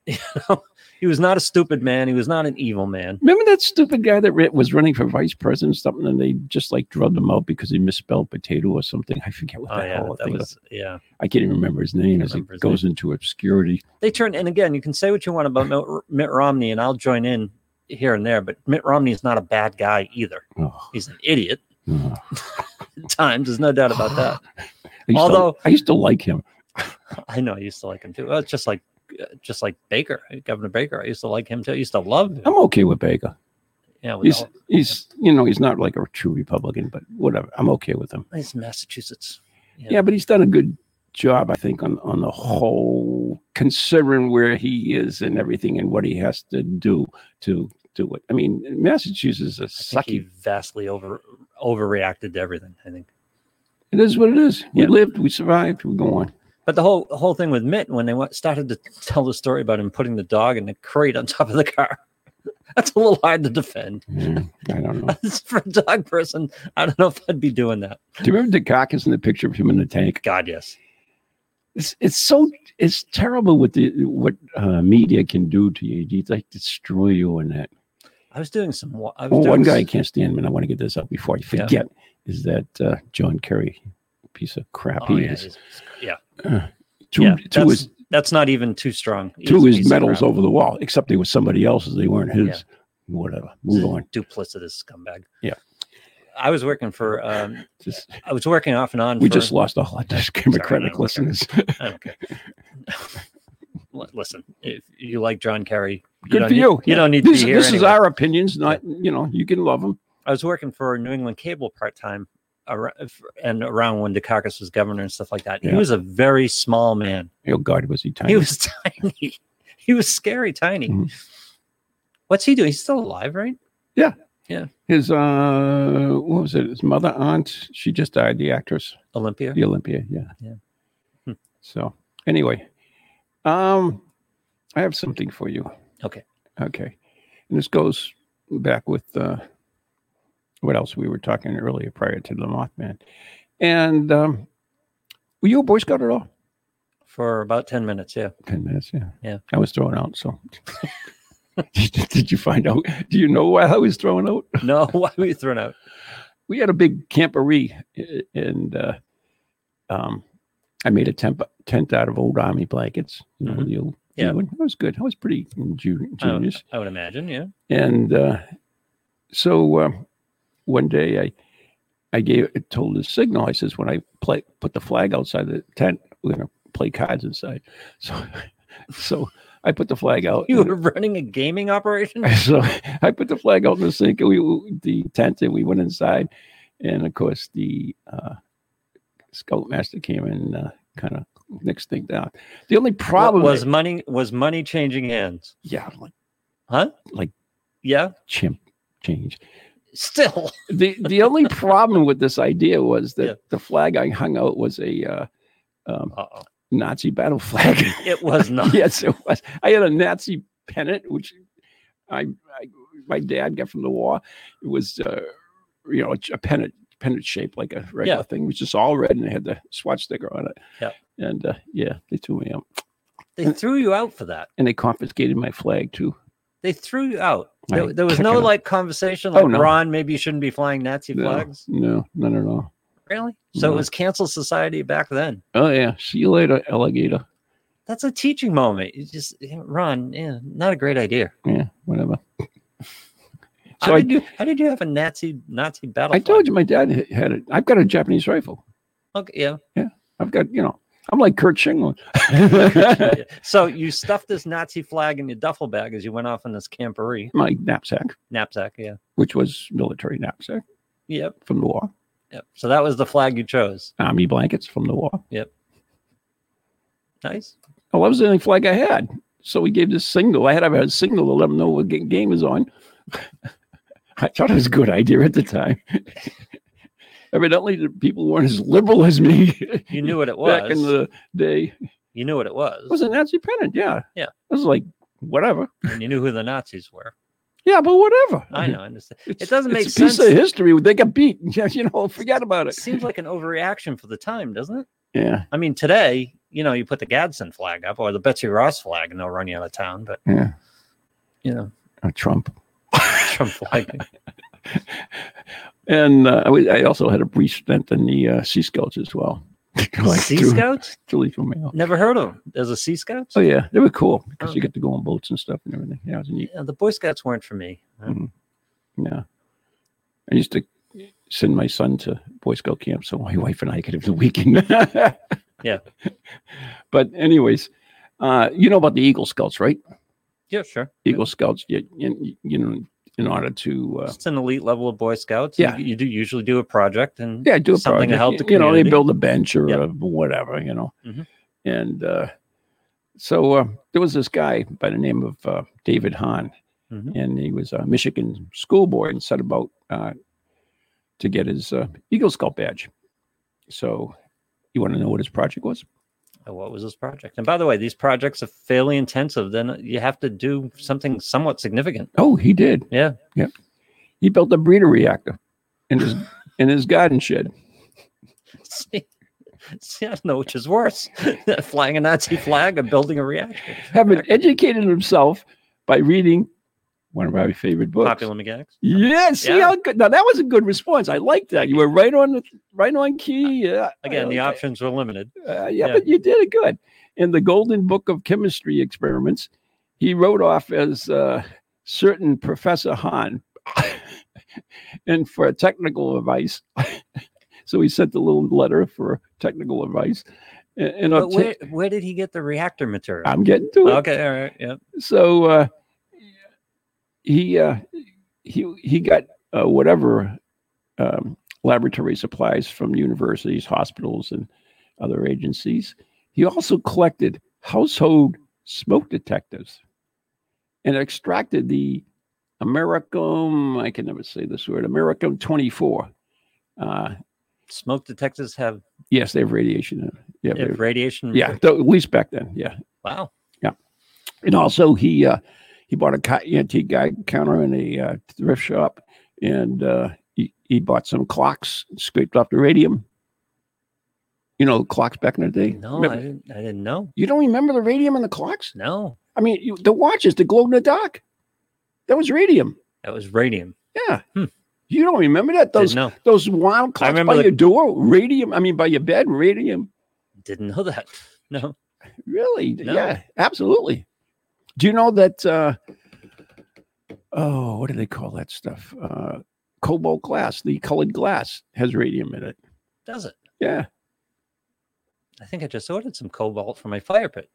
[SPEAKER 1] You know, he was not a stupid man. He was not an evil man.
[SPEAKER 2] Remember that stupid guy that re- was running for vice president, or something, and they just like drugged him out because he misspelled potato or something. I forget what the
[SPEAKER 1] Oh yeah,
[SPEAKER 2] hell the
[SPEAKER 1] that
[SPEAKER 2] thing was.
[SPEAKER 1] was yeah.
[SPEAKER 2] I can't even remember his name
[SPEAKER 1] Can't
[SPEAKER 2] as it
[SPEAKER 1] remember his
[SPEAKER 2] goes into obscurity.
[SPEAKER 1] They turned, and again, you can say what you want about Mitt- Mitt Romney, and I'll join in here and there, but Mitt Romney is not a bad guy either.
[SPEAKER 2] Oh,
[SPEAKER 1] He's an idiot
[SPEAKER 2] oh.
[SPEAKER 1] at times. There's no doubt about that.
[SPEAKER 2] I used to-
[SPEAKER 1] Although-
[SPEAKER 2] I used to like him.
[SPEAKER 1] I know I used to like him too. Well, it's just like uh, just like Baker, uh, Governor Baker. I used to like him too. I used to love him.
[SPEAKER 2] I'm okay with Baker.
[SPEAKER 1] Yeah, with
[SPEAKER 2] He's
[SPEAKER 1] all,
[SPEAKER 2] he's you know he's not like a true Republican, but whatever. I'm okay with him.
[SPEAKER 1] he's Massachusetts. Yeah.
[SPEAKER 2] Yeah, but he's done a good job, I think, on on the whole, considering where he is and everything and what he has to do to do it. I mean, Massachusetts is a
[SPEAKER 1] I think he
[SPEAKER 2] sucky.
[SPEAKER 1] vastly over overreacted to everything. I think.
[SPEAKER 2] It is what it is. We
[SPEAKER 1] Yeah.
[SPEAKER 2] lived, we survived, we go on.
[SPEAKER 1] But the whole whole thing with Mitt when they went, started to tell the story about him putting the dog in the crate on top of the car. That's a little hard to defend.
[SPEAKER 2] Yeah, I don't know.
[SPEAKER 1] For a dog person, I don't know if I'd be doing that.
[SPEAKER 2] Do you remember Dukakis in the picture of him in the tank?
[SPEAKER 1] God, yes.
[SPEAKER 2] It's it's so it's terrible what the what uh, media can do to you. They like destroy you and that.
[SPEAKER 1] I was doing some. wa- I was
[SPEAKER 2] Well,
[SPEAKER 1] doing
[SPEAKER 2] one guy I
[SPEAKER 1] s-
[SPEAKER 2] can't stand, and I want to get this up before I
[SPEAKER 1] Yeah.
[SPEAKER 2] forget, is that uh, John Kerry, piece of crap
[SPEAKER 1] Oh,
[SPEAKER 2] he
[SPEAKER 1] yeah,
[SPEAKER 2] is.
[SPEAKER 1] he's- yeah,
[SPEAKER 2] Two,
[SPEAKER 1] yeah.
[SPEAKER 2] two
[SPEAKER 1] that's,
[SPEAKER 2] is
[SPEAKER 1] that's not even too strong. He's
[SPEAKER 2] two
[SPEAKER 1] a
[SPEAKER 2] is
[SPEAKER 1] piece of crap.
[SPEAKER 2] medals over the wall, except they were somebody else's. They weren't his.
[SPEAKER 1] Yeah.
[SPEAKER 2] Whatever. Move on.
[SPEAKER 1] Duplicitous scumbag.
[SPEAKER 2] Yeah.
[SPEAKER 1] I was working for um
[SPEAKER 2] Just
[SPEAKER 1] I was working off and on
[SPEAKER 2] we
[SPEAKER 1] for,
[SPEAKER 2] just lost all our Democratic
[SPEAKER 1] Sorry, no,
[SPEAKER 2] listeners.
[SPEAKER 1] I don't care. L- Listen, if you like John Kerry, you
[SPEAKER 2] Good
[SPEAKER 1] don't
[SPEAKER 2] for
[SPEAKER 1] need-
[SPEAKER 2] you.
[SPEAKER 1] You don't need
[SPEAKER 2] This,
[SPEAKER 1] to be here.
[SPEAKER 2] this is
[SPEAKER 1] anyway.
[SPEAKER 2] our opinions. Not you know you can love them.
[SPEAKER 1] I was working for New England Cable part time and around when Dukakis was governor and stuff like that.
[SPEAKER 2] Yeah.
[SPEAKER 1] He was a very small man.
[SPEAKER 2] Oh God, was he tiny?
[SPEAKER 1] He was tiny. He was scary tiny.
[SPEAKER 2] Mhm.
[SPEAKER 1] What's he doing? He's still alive, right?
[SPEAKER 2] his uh, what was it? His mother, aunt. She just died. The actress,
[SPEAKER 1] Olympia.
[SPEAKER 2] the Olympia. Yeah.
[SPEAKER 1] Yeah. Hmm.
[SPEAKER 2] So anyway, um, I have something for you.
[SPEAKER 1] Okay.
[SPEAKER 2] Okay. And this goes back with uh, what else we were talking earlier prior to the Mothman. And um, were you a Boy Scout at all?
[SPEAKER 1] for about 10 minutes. Yeah.
[SPEAKER 2] 10 minutes, yeah.
[SPEAKER 1] Yeah.
[SPEAKER 2] I was thrown out. So did you find out? Do you know why I was thrown out?
[SPEAKER 1] No, why were you thrown out?
[SPEAKER 2] we had a big camperee i- and uh, um, I made a temp- tent out of old army blankets. You know,
[SPEAKER 1] Mhm.
[SPEAKER 2] the old,
[SPEAKER 1] Yeah. Oh,
[SPEAKER 2] you know, and it was good. I was pretty ju-
[SPEAKER 1] I would-
[SPEAKER 2] genius.
[SPEAKER 1] I would imagine. Yeah.
[SPEAKER 2] And uh, so um, one day I I gave told the signal. I says when I play put the flag outside the tent, we're gonna play cards inside. So so I put the flag out.
[SPEAKER 1] You
[SPEAKER 2] and-
[SPEAKER 1] were running a gaming operation?
[SPEAKER 2] so I put the flag out in the sink, and we the tent, and we went inside, and of course the uh, scout master came and uh, kind of next thing down. The only problem
[SPEAKER 1] was money was money changing hands.
[SPEAKER 2] yeah, like
[SPEAKER 1] Huh?
[SPEAKER 2] Like-
[SPEAKER 1] yeah.
[SPEAKER 2] chimp change.
[SPEAKER 1] Still.
[SPEAKER 2] The the only problem with this idea was that
[SPEAKER 1] Yeah.
[SPEAKER 2] the flag I hung out was a uh, um,
[SPEAKER 1] Uh-oh.
[SPEAKER 2] Nazi battle flag.
[SPEAKER 1] It was not.
[SPEAKER 2] yes, it was. I had a Nazi pennant, which I, I my dad got from the war. It was, uh, you know, a, pennant pennant shaped like a regular
[SPEAKER 1] Yeah.
[SPEAKER 2] thing, which is all red and it had the swatch sticker on it.
[SPEAKER 1] Yeah.
[SPEAKER 2] And uh, yeah, they threw me out,
[SPEAKER 1] They threw you out for that.
[SPEAKER 2] and they confiscated my flag too.
[SPEAKER 1] They threw you out. There,
[SPEAKER 2] Right,
[SPEAKER 1] there was no
[SPEAKER 2] kicking it.
[SPEAKER 1] like conversation
[SPEAKER 2] Oh,
[SPEAKER 1] like
[SPEAKER 2] no.
[SPEAKER 1] Ron, maybe you shouldn't be flying Nazi
[SPEAKER 2] No.
[SPEAKER 1] flags.
[SPEAKER 2] No, none at all.
[SPEAKER 1] Really? So
[SPEAKER 2] No.
[SPEAKER 1] it was cancel society back then.
[SPEAKER 2] Oh yeah, see you later, alligator.
[SPEAKER 1] That's a teaching moment. You just Ron, yeah, not a great idea.
[SPEAKER 2] Yeah, whatever.
[SPEAKER 1] how
[SPEAKER 2] So I,
[SPEAKER 1] did you how did you have a Nazi Nazi battle?
[SPEAKER 2] I told you my dad had- had it. I've got a Japanese rifle.
[SPEAKER 1] Okay, yeah.
[SPEAKER 2] I've got you know. I'm like Kurt Shinglin.
[SPEAKER 1] Yeah. so you stuffed this Nazi flag in your duffel bag as you went off on this camperee
[SPEAKER 2] my knapsack,
[SPEAKER 1] knapsack. Yeah.
[SPEAKER 2] which was military knapsack
[SPEAKER 1] Yep.
[SPEAKER 2] from the war,
[SPEAKER 1] Yep. So that was the flag you chose.
[SPEAKER 2] army blankets from the war.
[SPEAKER 1] Nice.
[SPEAKER 2] Oh, that was the only flag I had. So we gave this signal. I had to have a signal to let them know what ga- game was on. I thought it was a good idea at the time. Evidently, the people weren't as liberal as me
[SPEAKER 1] You knew what it was.
[SPEAKER 2] back in the day.
[SPEAKER 1] you knew what it was.
[SPEAKER 2] It was a Nazi pennant, yeah.
[SPEAKER 1] Yeah.
[SPEAKER 2] It was like, whatever.
[SPEAKER 1] and you knew who the Nazis were.
[SPEAKER 2] Yeah, but whatever.
[SPEAKER 1] I know. I understand.
[SPEAKER 2] It's-
[SPEAKER 1] doesn't
[SPEAKER 2] it's
[SPEAKER 1] make
[SPEAKER 2] a piece
[SPEAKER 1] sense.
[SPEAKER 2] of history. They got beat. Yeah, you know, forget about
[SPEAKER 1] It
[SPEAKER 2] it.
[SPEAKER 1] seems like an overreaction for the time, doesn't it?
[SPEAKER 2] Yeah,
[SPEAKER 1] I mean, today, you know, you put the Gadsden flag up or the Betsy Ross flag and they'll run you out of town, but,
[SPEAKER 2] yeah.
[SPEAKER 1] you know,
[SPEAKER 2] Uh, Trump.
[SPEAKER 1] Trump flag.
[SPEAKER 2] And uh, I was- I also had a brief stint in the uh, Sea Scouts as well. Like
[SPEAKER 1] sea
[SPEAKER 2] through-
[SPEAKER 1] Scouts?
[SPEAKER 2] through Lethal Mail.
[SPEAKER 1] Never heard of them. There's a Sea Scouts?
[SPEAKER 2] Oh yeah, they were cool because
[SPEAKER 1] Oh.
[SPEAKER 2] you get to go on boats and stuff and everything. Yeah, it was neat.
[SPEAKER 1] Yeah, the Boy Scouts weren't for me.
[SPEAKER 2] Mm. Yeah, I used to send my son to Boy Scout camp so my wife and I could have the weekend.
[SPEAKER 1] Yeah.
[SPEAKER 2] But anyways, uh, you know about the Eagle Scouts, right?
[SPEAKER 1] Yeah, sure.
[SPEAKER 2] Eagle Scouts, you, you, you know, in order to uh,
[SPEAKER 1] It's an elite level of Boy Scouts. You-
[SPEAKER 2] Yeah.
[SPEAKER 1] You, do usually do a project and
[SPEAKER 2] yeah, do a
[SPEAKER 1] something to
[SPEAKER 2] project.
[SPEAKER 1] help the
[SPEAKER 2] You know, they
[SPEAKER 1] community.
[SPEAKER 2] build a bench or
[SPEAKER 1] Yep.
[SPEAKER 2] a whatever, you know.
[SPEAKER 1] Mhm.
[SPEAKER 2] And uh, so uh, there was this guy by the name of uh, David Hahn,
[SPEAKER 1] Mhm.
[SPEAKER 2] and he was a Michigan schoolboy and set about uh, to get his uh, Eagle Scout badge. So you want to know what his project was?
[SPEAKER 1] Oh, what was this project? And by the way, these projects are fairly intensive. Then you have to do something somewhat significant.
[SPEAKER 2] Oh, he did.
[SPEAKER 1] Yeah.
[SPEAKER 2] Yep. He built a breeder reactor in his in his garden shed.
[SPEAKER 1] See, see, I don't know which is worse: flying a Nazi flag or building a reaction.
[SPEAKER 2] Having educated himself by reading one of our favorite books.
[SPEAKER 1] Popular mechanics.
[SPEAKER 2] Yeah, see
[SPEAKER 1] Yeah.
[SPEAKER 2] how good. Now that was a good response. I like that. You were right on the right on key. Yeah.
[SPEAKER 1] Uh, Again, the
[SPEAKER 2] I-
[SPEAKER 1] options were limited.
[SPEAKER 2] Uh, yeah,
[SPEAKER 1] yeah.
[SPEAKER 2] but you did it good. In the Golden Book of Chemistry Experiments, he wrote off as uh, certain Professor Hahn, and for technical advice. so he sent a little letter for technical advice, and, and
[SPEAKER 1] But
[SPEAKER 2] obtain-
[SPEAKER 1] where, where did he get the reactor material?
[SPEAKER 2] I'm getting to it.
[SPEAKER 1] okay, all right, yeah.
[SPEAKER 2] so uh, he uh, he he got uh, whatever um, laboratory supplies from universities, hospitals, and other agencies. He also collected household smoke detectors and extracted the Americum. I can never say this word. Americum twenty four. Uh,
[SPEAKER 1] Smoke detectors have,
[SPEAKER 2] yes, they have radiation. in them. Yeah,
[SPEAKER 1] have
[SPEAKER 2] they-
[SPEAKER 1] radiation.
[SPEAKER 2] yeah. though At least back then, yeah.
[SPEAKER 1] Wow.
[SPEAKER 2] And also, he uh, He bought a co- antique guy counter in a uh, thrift shop, and uh, he, he bought some clocks, scraped off the radium. You know, clocks back in the day.
[SPEAKER 1] No, I
[SPEAKER 2] Remember-
[SPEAKER 1] didn't, I didn't know.
[SPEAKER 2] you don't remember the radium in the clocks?
[SPEAKER 1] No,
[SPEAKER 2] I mean, you, the watches, the glow in the dark. That was radium.
[SPEAKER 1] that was radium.
[SPEAKER 2] Yeah.
[SPEAKER 1] Hmm.
[SPEAKER 2] You don't remember that?
[SPEAKER 1] Didn't
[SPEAKER 2] Those
[SPEAKER 1] know.
[SPEAKER 2] those wild clocks by
[SPEAKER 1] remember the-
[SPEAKER 2] your door, radium. I mean, by your bed, radium.
[SPEAKER 1] Didn't know that. No.
[SPEAKER 2] Really?
[SPEAKER 1] No.
[SPEAKER 2] Yeah, absolutely. Do you know that? Uh, oh, what do they call that stuff? Uh, cobalt glass, the colored glass, has radium in it.
[SPEAKER 1] Does it?
[SPEAKER 2] Yeah.
[SPEAKER 1] I think I just ordered some cobalt for my fire pit.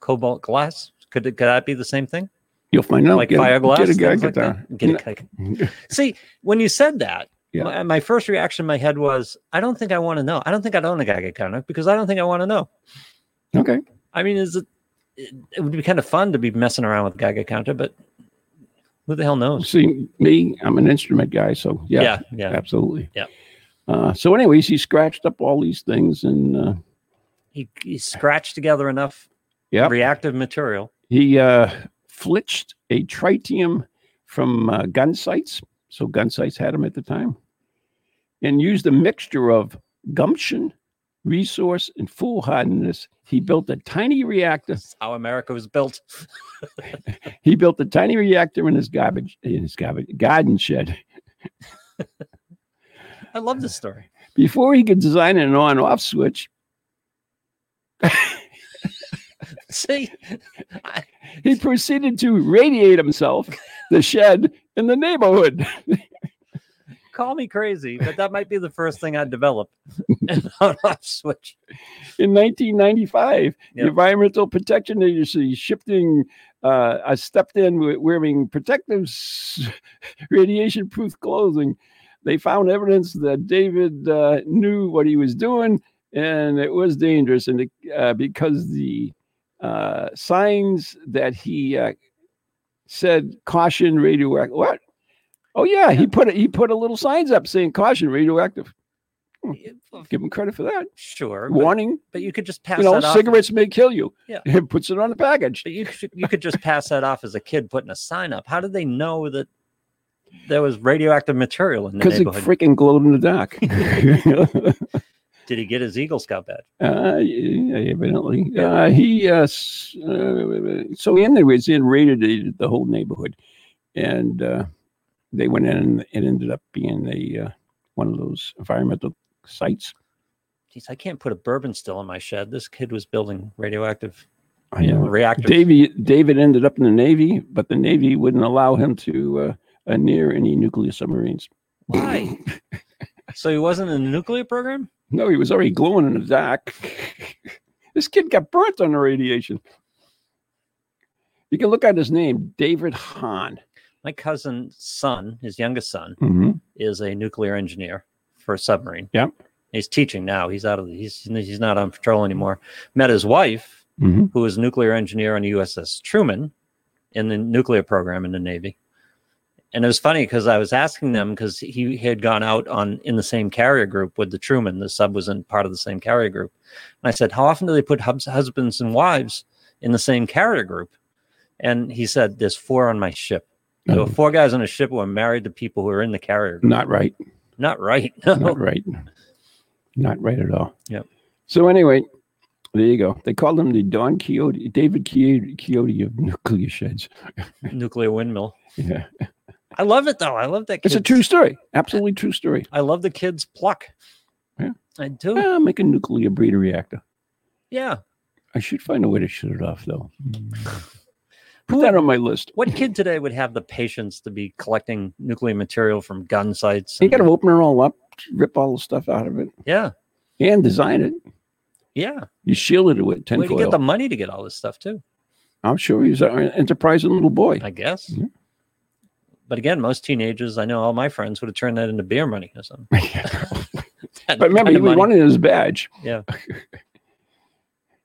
[SPEAKER 1] Cobalt glass. Could it, could that be the same thing?
[SPEAKER 2] You'll find out.
[SPEAKER 1] like
[SPEAKER 2] Get a-
[SPEAKER 1] fire glass.
[SPEAKER 2] Get a guy,
[SPEAKER 1] things
[SPEAKER 2] get
[SPEAKER 1] like that?
[SPEAKER 2] down.
[SPEAKER 1] Get a guy- See, when you said that,
[SPEAKER 2] Yeah.
[SPEAKER 1] my, my first reaction in my head was, I don't think I want to know. I don't think I'd own a Geiger counter because I don't think I want to know.
[SPEAKER 2] Okay.
[SPEAKER 1] I mean, is it, it, it would be kind of fun to be messing around with Geiger counter, but who the hell knows?
[SPEAKER 2] See, me, I'm an instrument guy, so yeah.
[SPEAKER 1] Yeah. Yeah.
[SPEAKER 2] Absolutely.
[SPEAKER 1] Yeah.
[SPEAKER 2] Uh, so, anyways, he scratched up all these things, and uh,
[SPEAKER 1] He, he scratched together enough
[SPEAKER 2] Yep.
[SPEAKER 1] reactive material.
[SPEAKER 2] he uh, flitched a tritium from uh, gun sights. So, gun sights had him at the time, and used a mixture of gumption, resource, and foolhardiness. He built a tiny reactor.
[SPEAKER 1] That's how America was built.
[SPEAKER 2] He built a tiny reactor in his garbage in his garbage garden shed.
[SPEAKER 1] I love this story.
[SPEAKER 2] Before he could design an on-off switch,
[SPEAKER 1] See, I,
[SPEAKER 2] he proceeded to radiate himself, the shed, in the neighborhood.
[SPEAKER 1] call me crazy, but that might be the first thing I'd develop. An on-off switch.
[SPEAKER 2] In 1995, the
[SPEAKER 1] Yep.
[SPEAKER 2] Environmental Protection Agency shifting uh, I stepped in wi- wearing protective radiation proof clothing. They found evidence that David uh, knew what he was doing and it was dangerous and it, uh, because the uh, signs that he uh, said caution radioactive what oh yeah, he put a, he put a little signs up saying caution radioactive give him credit for that
[SPEAKER 1] Sure, but,
[SPEAKER 2] warning
[SPEAKER 1] but you could just pass
[SPEAKER 2] Hmm. you know,
[SPEAKER 1] that off.
[SPEAKER 2] cigarettes may kill you.
[SPEAKER 1] Yeah.
[SPEAKER 2] It puts it on the package.
[SPEAKER 1] But you could, you could just pass that off as a kid putting a sign up. How did they know that there was radioactive material in the
[SPEAKER 2] Because it
[SPEAKER 1] neighborhood?
[SPEAKER 2] freaking glowed in the dark.
[SPEAKER 1] did he get his Eagle Scout badge?
[SPEAKER 2] uh, yeah, evidently. Uh, he, uh, s- uh, so anyways, then raided the whole neighborhood. And uh, they went in and it ended up being a uh, one of those environmental sites.
[SPEAKER 1] Geez, I can't put a bourbon still in my shed. This kid was building radioactive
[SPEAKER 2] I know.
[SPEAKER 1] reactor.
[SPEAKER 2] David, David ended up in the Navy, but the Navy wouldn't allow him to uh, uh, near any nuclear submarines.
[SPEAKER 1] Why? so he wasn't in the nuclear program?
[SPEAKER 2] No, he was already glowing in the dark. this kid got burnt on the radiation. You can look at his name, David Hahn.
[SPEAKER 1] My cousin's son, his youngest son,
[SPEAKER 2] Mm-hmm.
[SPEAKER 1] is a nuclear engineer for a submarine.
[SPEAKER 2] Yep.
[SPEAKER 1] He's teaching now. He's out of the, he's he's not on patrol anymore. Met his wife,
[SPEAKER 2] Mm-hmm.
[SPEAKER 1] who was a nuclear engineer on the USS Truman in the nuclear program in the Navy. And it was funny because I was asking them because he, he had gone out on in the same carrier group with the Truman. The sub was in part of the same carrier group. And I said, How often do they put hubs, husbands and wives in the same carrier group? And he said, There's four on my ship. There were four guys on a ship who were married to people who were in the carrier group.
[SPEAKER 2] Not right.
[SPEAKER 1] Not right. No.
[SPEAKER 2] Not right. Not right at all.
[SPEAKER 1] Oh. Yep.
[SPEAKER 2] So anyway, there you go. They called him the Don Quixote, David Quixote, Quixote of nuclear sheds.
[SPEAKER 1] Nuclear windmill.
[SPEAKER 2] Yeah.
[SPEAKER 1] I love it though. I love that.
[SPEAKER 2] It's a
[SPEAKER 1] kid's-
[SPEAKER 2] true story. Absolutely true story.
[SPEAKER 1] I love the kid's pluck.
[SPEAKER 2] Yeah.
[SPEAKER 1] I do.
[SPEAKER 2] Ah, make a nuclear breeder reactor.
[SPEAKER 1] Yeah.
[SPEAKER 2] I should find a way to shut it off, though. Put that on my list.
[SPEAKER 1] What kid today would have the patience to be collecting nuclear material from gun sites?
[SPEAKER 2] You got
[SPEAKER 1] and-
[SPEAKER 2] to open it all up, rip all the stuff out of it,
[SPEAKER 1] yeah,
[SPEAKER 2] and design it.
[SPEAKER 1] yeah.
[SPEAKER 2] You shielded it with
[SPEAKER 1] Way to
[SPEAKER 2] tinfoil.
[SPEAKER 1] get the money to get all this stuff too.
[SPEAKER 2] I'm sure he's an enterprising little boy.
[SPEAKER 1] I guess.
[SPEAKER 2] Yeah.
[SPEAKER 1] But again, most teenagers, I know all my friends would have turned that into beer money or something. That
[SPEAKER 2] but remember, he
[SPEAKER 1] kind of money.
[SPEAKER 2] wanted his badge.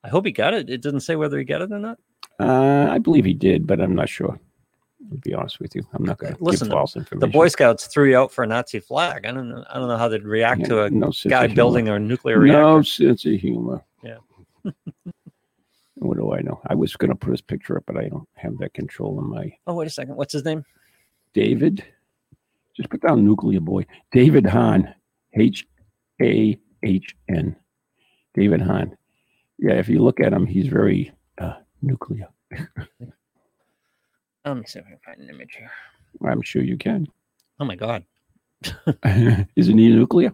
[SPEAKER 1] I hope he got it. It didn't say whether he got it or not.
[SPEAKER 2] Uh, I believe he did, but I'm not sure. To be honest with you, I'm not going to
[SPEAKER 1] Listen,
[SPEAKER 2] give false information.
[SPEAKER 1] The Boy Scouts threw you out for a Nazi flag. I don't know. I don't know how they'd react
[SPEAKER 2] Yeah,
[SPEAKER 1] to a
[SPEAKER 2] no sense
[SPEAKER 1] guy
[SPEAKER 2] of humor.
[SPEAKER 1] building a nuclear reactor.
[SPEAKER 2] No sense of humor.
[SPEAKER 1] Yeah.
[SPEAKER 2] What do I know? I was going to put his picture up, but I don't have that control in my
[SPEAKER 1] Oh, wait a second. What's his name?
[SPEAKER 2] David. Just put down nuclear boy. David Hahn. H A H N. David Hahn. Yeah, if you look at him, he's very uh, nuclear.
[SPEAKER 1] Let me see if I can find an image here.
[SPEAKER 2] I'm sure you can.
[SPEAKER 1] Oh my god.
[SPEAKER 2] Isn't he nuclear?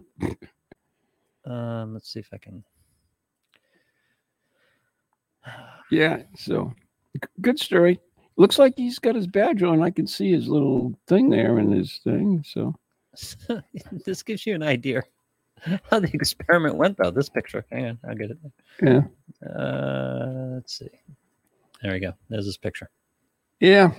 [SPEAKER 1] Um, let's see if I can.
[SPEAKER 2] Yeah. So g- good story. Looks like he's got his badge on. I can see his little thing there and his thing. So
[SPEAKER 1] this gives you an idea how the experiment went, though. This picture. Hang on, I'll get it.
[SPEAKER 2] yeah.
[SPEAKER 1] Uh, let's see. There we go. There's this picture.
[SPEAKER 2] Yeah.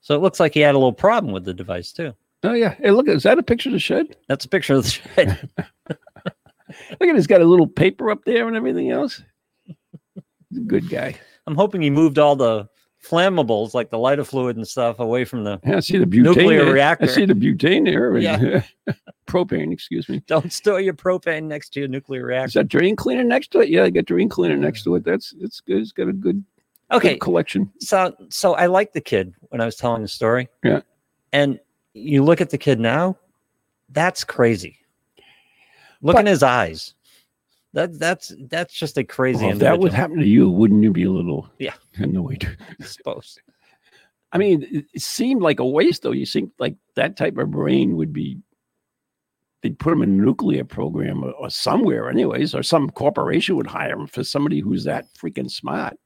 [SPEAKER 1] So it looks like he had a little problem with the device too.
[SPEAKER 2] Oh yeah. Hey, look, is that a picture of the shed?
[SPEAKER 1] That's a picture of the shed.
[SPEAKER 2] Look at it's got a little paper up there and everything else. He's a good guy.
[SPEAKER 1] I'm hoping he moved all the flammables, like the lighter fluid and stuff, away from the.
[SPEAKER 2] Yeah, I see the butane.
[SPEAKER 1] Nuclear
[SPEAKER 2] there.
[SPEAKER 1] reactor.
[SPEAKER 2] I see the butane there. and- Propane, excuse me.
[SPEAKER 1] Don't store your propane next to your nuclear
[SPEAKER 2] Is
[SPEAKER 1] reactor.
[SPEAKER 2] that drain cleaner next to it? Yeah, I got drain cleaner next to it. That's it's good. It's got a good, good
[SPEAKER 1] Okay,
[SPEAKER 2] collection.
[SPEAKER 1] so so I like the kid when I was telling the story.
[SPEAKER 2] Yeah.
[SPEAKER 1] And you look at the kid now, that's crazy. Look in his eyes. That that's that's just a crazy
[SPEAKER 2] Well, if Oh, that
[SPEAKER 1] individual.
[SPEAKER 2] would happen to you, wouldn't you be a little
[SPEAKER 1] Yeah.
[SPEAKER 2] annoyed?
[SPEAKER 1] I suppose.
[SPEAKER 2] I mean, it- it seemed like a waste, though. You seemed like that type of brain would be. They'd put him in a nuclear program or, or somewhere, anyways, or some corporation would hire him for somebody who's that freaking smart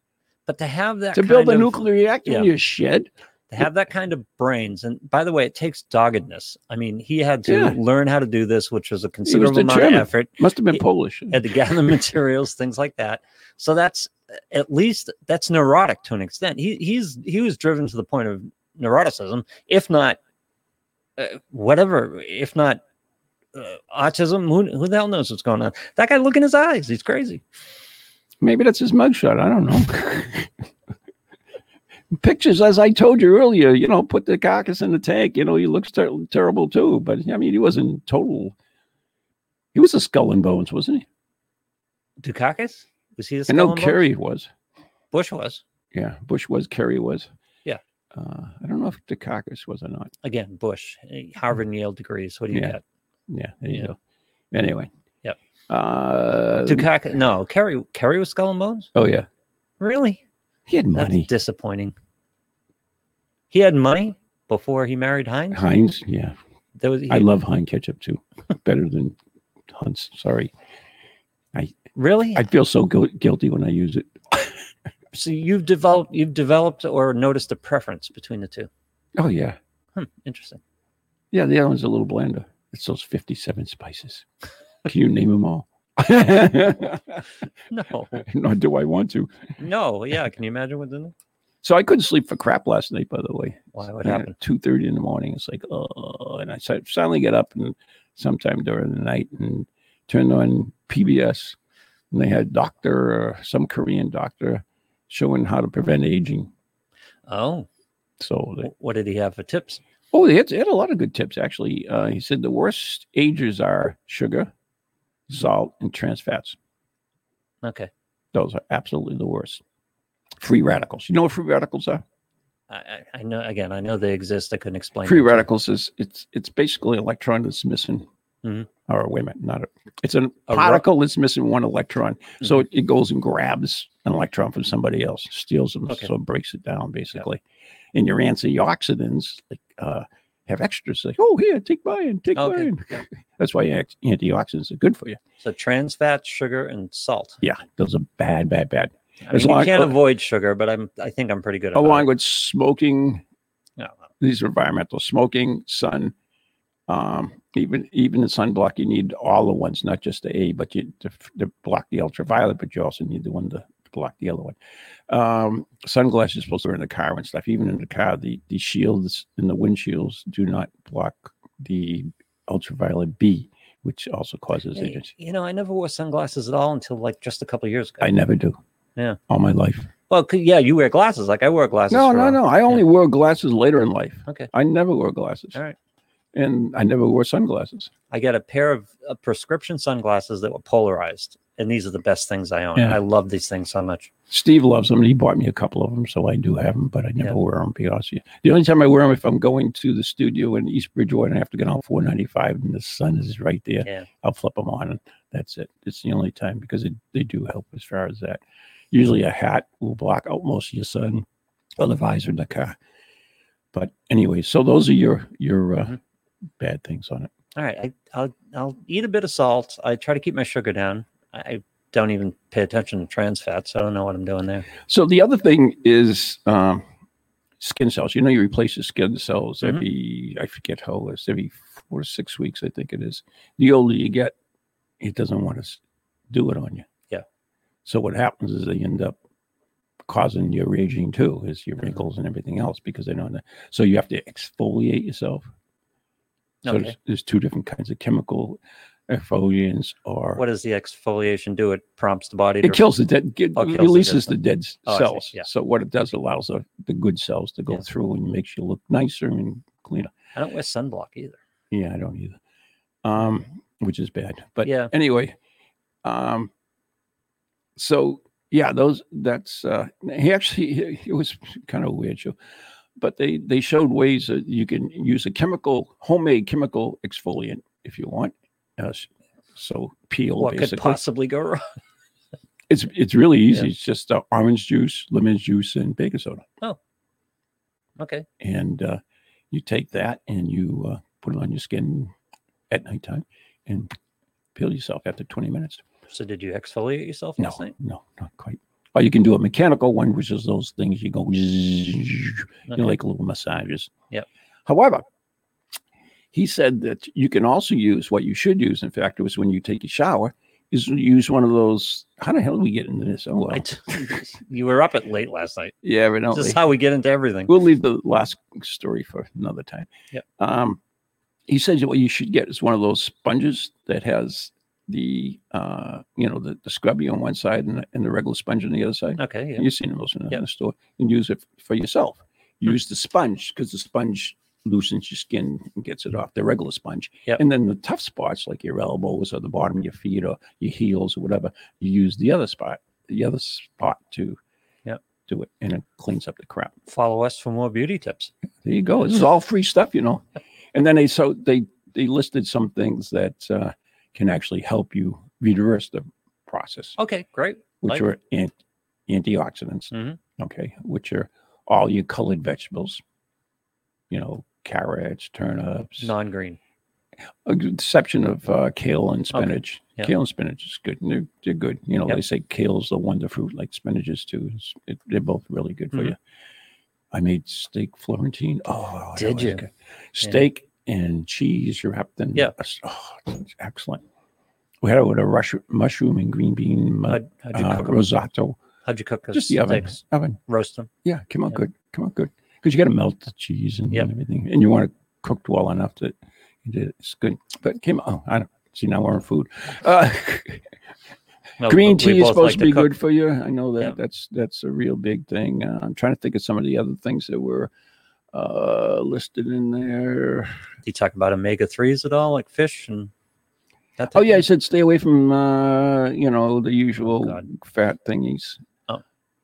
[SPEAKER 1] But to have that
[SPEAKER 2] to build
[SPEAKER 1] kind
[SPEAKER 2] a
[SPEAKER 1] of-
[SPEAKER 2] nuclear reactor in
[SPEAKER 1] yeah.
[SPEAKER 2] your shed.
[SPEAKER 1] to have that kind of brains, and by the way, it takes doggedness. I mean, he had to
[SPEAKER 2] Yeah.
[SPEAKER 1] learn how to do this, which was a considerable amount of
[SPEAKER 2] determined.
[SPEAKER 1] effort.
[SPEAKER 2] Must have been
[SPEAKER 1] It-
[SPEAKER 2] Polish.
[SPEAKER 1] had to gather materials, things like that. So that's at least that's neurotic to an extent. He he's he was driven to the point of neuroticism, if not uh, whatever, if not uh, autism. Who who the hell knows what's going on? That guy, look in his eyes. He's crazy.
[SPEAKER 2] Maybe that's his mugshot. I don't know. Pictures, as I told you earlier, you know, put the carcass in the tank. You know, he looks ter- terrible too. But I mean, he wasn't total. He was a skull and bones, wasn't he?
[SPEAKER 1] Dukakis was he? The
[SPEAKER 2] I
[SPEAKER 1] skull
[SPEAKER 2] know
[SPEAKER 1] and bones?
[SPEAKER 2] Kerry was.
[SPEAKER 1] Bush was
[SPEAKER 2] Yeah, Bush was. Kerry was.
[SPEAKER 1] Yeah.
[SPEAKER 2] Uh, I don't know if the carcass was or not.
[SPEAKER 1] again. Bush, eh, Harvard and Yale degrees. What do you
[SPEAKER 2] Yeah.
[SPEAKER 1] get?
[SPEAKER 2] Yeah, there you
[SPEAKER 1] Yeah.
[SPEAKER 2] go. Anyway.
[SPEAKER 1] Yep.
[SPEAKER 2] Uh,
[SPEAKER 1] Dukakis? No, Kerry. Kerry was skull and bones.
[SPEAKER 2] oh yeah,
[SPEAKER 1] Really?
[SPEAKER 2] he had
[SPEAKER 1] That's
[SPEAKER 2] money.
[SPEAKER 1] disappointing. He had money before he married Heinz.
[SPEAKER 2] Heinz. Yeah,
[SPEAKER 1] There was, he,
[SPEAKER 2] I love Heinz ketchup too. Better than Hunt's. Sorry.
[SPEAKER 1] really.
[SPEAKER 2] I feel so gu- guilty when I use it.
[SPEAKER 1] so you've developed, you've developed or noticed a preference between the two.
[SPEAKER 2] Oh yeah,
[SPEAKER 1] Hmm, interesting.
[SPEAKER 2] yeah. The other one's a little blander. It's those fifty-seven spices. Can you name them all? Nor
[SPEAKER 1] No,
[SPEAKER 2] do I want to.
[SPEAKER 1] no, yeah. Can you imagine what the
[SPEAKER 2] So I couldn't sleep for crap last night. By the way,
[SPEAKER 1] why would happen?
[SPEAKER 2] Two thirty in the morning. It's like oh, and I si- finally get up and sometime during the night and turned on PBS, and they had doctor, uh, some Korean doctor, showing how to prevent aging.
[SPEAKER 1] Oh,
[SPEAKER 2] So they,
[SPEAKER 1] wh- what did he have for tips?
[SPEAKER 2] Oh, they had, they had a lot of good tips actually. Uh, he said the worst agers are sugar, salt, and trans fats.
[SPEAKER 1] Okay,
[SPEAKER 2] Those are absolutely the worst. Free radicals. You know what free radicals are?
[SPEAKER 1] I, I, I know. Again, I know they exist. I couldn't explain.
[SPEAKER 2] Free
[SPEAKER 1] them to you.
[SPEAKER 2] radicals is it's it's basically an electron that's missing.
[SPEAKER 1] Mhm.
[SPEAKER 2] Or wait a minute, not a. It's a
[SPEAKER 1] A ru- Mm-hmm.
[SPEAKER 2] particle that's missing one electron. So it, it goes and grabs an electron from somebody else, steals them,
[SPEAKER 1] Okay.
[SPEAKER 2] so it breaks it down basically. And your antioxidants like uh, have extras like, oh here, take mine, take
[SPEAKER 1] Okay.
[SPEAKER 2] mine. That's why anti- antioxidants are good for you.
[SPEAKER 1] So trans fats, sugar, and salt.
[SPEAKER 2] Yeah, those are bad, bad, bad.
[SPEAKER 1] I
[SPEAKER 2] As
[SPEAKER 1] mean,
[SPEAKER 2] long-
[SPEAKER 1] you can't
[SPEAKER 2] uh,
[SPEAKER 1] avoid sugar, but I'm. I think I'm pretty good. about
[SPEAKER 2] Along
[SPEAKER 1] it.
[SPEAKER 2] with smoking,
[SPEAKER 1] Yeah.
[SPEAKER 2] these are environmental smoking, sun, um, even even the sunblock. You need all the ones, not just the A, but you to, to block the ultraviolet. But you also need the one to block the other one. Um, sunglasses are supposed to wear in the car and stuff. Even in the car, the the shields and the windshields do not block the ultraviolet B, which also causes
[SPEAKER 1] Hey,
[SPEAKER 2] aging.
[SPEAKER 1] You know, I never wore sunglasses at all until like just a couple years ago.
[SPEAKER 2] I never do.
[SPEAKER 1] Yeah.
[SPEAKER 2] all my life.
[SPEAKER 1] Well, 'cause- yeah, you wear glasses. Like I wear glasses.
[SPEAKER 2] No,
[SPEAKER 1] for
[SPEAKER 2] no,
[SPEAKER 1] a-
[SPEAKER 2] no. I only wore glasses later in life.
[SPEAKER 1] Okay.
[SPEAKER 2] I never wore glasses.
[SPEAKER 1] All right.
[SPEAKER 2] and I never wore sunglasses.
[SPEAKER 1] I got a pair of uh, prescription sunglasses that were polarized, and these are the best things I own.
[SPEAKER 2] Yeah.
[SPEAKER 1] I love these things so much.
[SPEAKER 2] Steve loves them. and He bought me a couple of them, so I do have them, but I never
[SPEAKER 1] Yeah.
[SPEAKER 2] wear them. To be honest with you, the only time I wear them if I'm going to the studio in East Bridgewater and I have to get on 495 and the sun is right there.
[SPEAKER 1] Yeah.
[SPEAKER 2] I'll flip them on, and that's it. It's the only time because it, they do help as far as that. Usually, a hat will block out most of your sun, or the visor in the car. But anyway, so those are your your uh,
[SPEAKER 1] Mhm.
[SPEAKER 2] bad things on it.
[SPEAKER 1] All right, I, I'll I'll eat a bit of salt. I try to keep my sugar down. I- I don't even pay attention to trans fats. I don't know what I'm doing there.
[SPEAKER 2] So the other thing is um, skin cells. You know, you replace the skin cells
[SPEAKER 1] Mhm.
[SPEAKER 2] every I forget how it's every four to six weeks. I think it is. The older you get, it doesn't want to s- do it on you.
[SPEAKER 1] Yeah.
[SPEAKER 2] So what happens is they end up causing your aging too, is your
[SPEAKER 1] Mhm.
[SPEAKER 2] wrinkles and everything else because they don't. So you have to exfoliate yourself. So
[SPEAKER 1] Okay.
[SPEAKER 2] there's, there's two different kinds of chemical exfoliants or
[SPEAKER 1] What does the exfoliation do? It prompts the body to
[SPEAKER 2] it kills the dead, it
[SPEAKER 1] Oh, kills the dead
[SPEAKER 2] releases the
[SPEAKER 1] cells.
[SPEAKER 2] dead s-
[SPEAKER 1] Oh, I see.
[SPEAKER 2] cells.
[SPEAKER 1] Yeah.
[SPEAKER 2] So what it does allows the, the good cells to go
[SPEAKER 1] Yeah.
[SPEAKER 2] through and makes you look nicer and cleaner.
[SPEAKER 1] I don't wear sunblock either.
[SPEAKER 2] Yeah, I don't either. Um, which is bad. But
[SPEAKER 1] Yeah.
[SPEAKER 2] anyway, um, so yeah, those that's uh, he actually he- he- it was kind of a weird show, but they they showed ways that you can use a chemical homemade chemical exfoliant if you want. Uh, s- so peel
[SPEAKER 1] What
[SPEAKER 2] Oh, basically
[SPEAKER 1] could possibly go wrong?
[SPEAKER 2] it's it's really easy.
[SPEAKER 1] Yeah.
[SPEAKER 2] It's just uh, orange juice, lemon juice, and baking soda,
[SPEAKER 1] Okay.
[SPEAKER 2] and uh, you take that and you uh, put it on your skin at nighttime and peel yourself after 20 minutes.
[SPEAKER 1] So did you exfoliate yourself
[SPEAKER 2] No,
[SPEAKER 1] last night?
[SPEAKER 2] no, not quite. Or you can do a mechanical one, which is those things you go, you know,
[SPEAKER 1] Okay.
[SPEAKER 2] like little massages.
[SPEAKER 1] Yep.
[SPEAKER 2] However, he said that you can also use what you should use. In fact, it was when you take a shower, is use one of those. How the hell do we get into this? Oh well,
[SPEAKER 1] I t- you were up at late last night.
[SPEAKER 2] yeah, but no,
[SPEAKER 1] This is
[SPEAKER 2] they-
[SPEAKER 1] how we get into everything.
[SPEAKER 2] We'll leave the last story for another time.
[SPEAKER 1] Yep.
[SPEAKER 2] Um, he says that what you should get is one of those sponges that has the uh, you know the, the scrubby on one side and the, and the regular sponge on the other side.
[SPEAKER 1] Okay. Yeah.
[SPEAKER 2] You've seen those in the- in
[SPEAKER 1] Yep. Hmm.
[SPEAKER 2] the store, and use it for yourself. Use the sponge because the sponge loosens your skin and gets it off the regular sponge.
[SPEAKER 1] Yep.
[SPEAKER 2] And then the tough spots, like your elbows or the bottom of your feet or your heels or whatever, you use the other spot, the other spot to
[SPEAKER 1] Yep.
[SPEAKER 2] do it, and it cleans up the crap
[SPEAKER 1] Follow us for more beauty tips.
[SPEAKER 2] there you go. This is all free stuff, you know. And then they so they they listed some things that uh, can actually help you reverse the process,
[SPEAKER 1] Okay. Great.
[SPEAKER 2] which
[SPEAKER 1] like-
[SPEAKER 2] are ant- antioxidants.
[SPEAKER 1] Mhm.
[SPEAKER 2] Okay, which are all your colored vegetables, you know, carrots, turnips,
[SPEAKER 1] Non green.
[SPEAKER 2] a good exception of uh, kale and spinach.
[SPEAKER 1] yeah.
[SPEAKER 2] Kale and spinach is good. and They're, they're good. You know,
[SPEAKER 1] Yep.
[SPEAKER 2] they say kale's the wonder fruit, like spinach is too. It's- it- they're both really good for
[SPEAKER 1] Mhm.
[SPEAKER 2] you. I made steak Florentine. Oh, that
[SPEAKER 1] Did
[SPEAKER 2] was
[SPEAKER 1] you?
[SPEAKER 2] good. Steak and cheese wrapped in.
[SPEAKER 1] Yeah.
[SPEAKER 2] Oh, it's excellent. We had it with a rush, mushroom and green bean mu-
[SPEAKER 1] How'd, how'd you
[SPEAKER 2] uh,
[SPEAKER 1] cook 'em?
[SPEAKER 2] rosato.
[SPEAKER 1] How'd you cook those
[SPEAKER 2] Just the oven.
[SPEAKER 1] steaks?
[SPEAKER 2] Oven.
[SPEAKER 1] Roast them.
[SPEAKER 2] Yeah, came out
[SPEAKER 1] Yeah.
[SPEAKER 2] good. Came out good because you got to melt the cheese and
[SPEAKER 1] Yep.
[SPEAKER 2] everything, and you want it cooked well enough that it is- it's good. But it came out. Oh, I don't see now we're on food. Uh,
[SPEAKER 1] No,
[SPEAKER 2] green
[SPEAKER 1] but we
[SPEAKER 2] tea is
[SPEAKER 1] both
[SPEAKER 2] supposed
[SPEAKER 1] like
[SPEAKER 2] to be
[SPEAKER 1] cook.
[SPEAKER 2] good for you. I know that.
[SPEAKER 1] Yeah.
[SPEAKER 2] That's that's a real big thing. Uh, I'm trying to think of some of the other things that were uh, listed in there.
[SPEAKER 1] Do you talk about omega threes at all, like fish and that?
[SPEAKER 2] Oh
[SPEAKER 1] type
[SPEAKER 2] yeah, I
[SPEAKER 1] of- Oh,
[SPEAKER 2] said stay away from uh, you know the usual
[SPEAKER 1] God.
[SPEAKER 2] fat thingies.
[SPEAKER 1] Oh.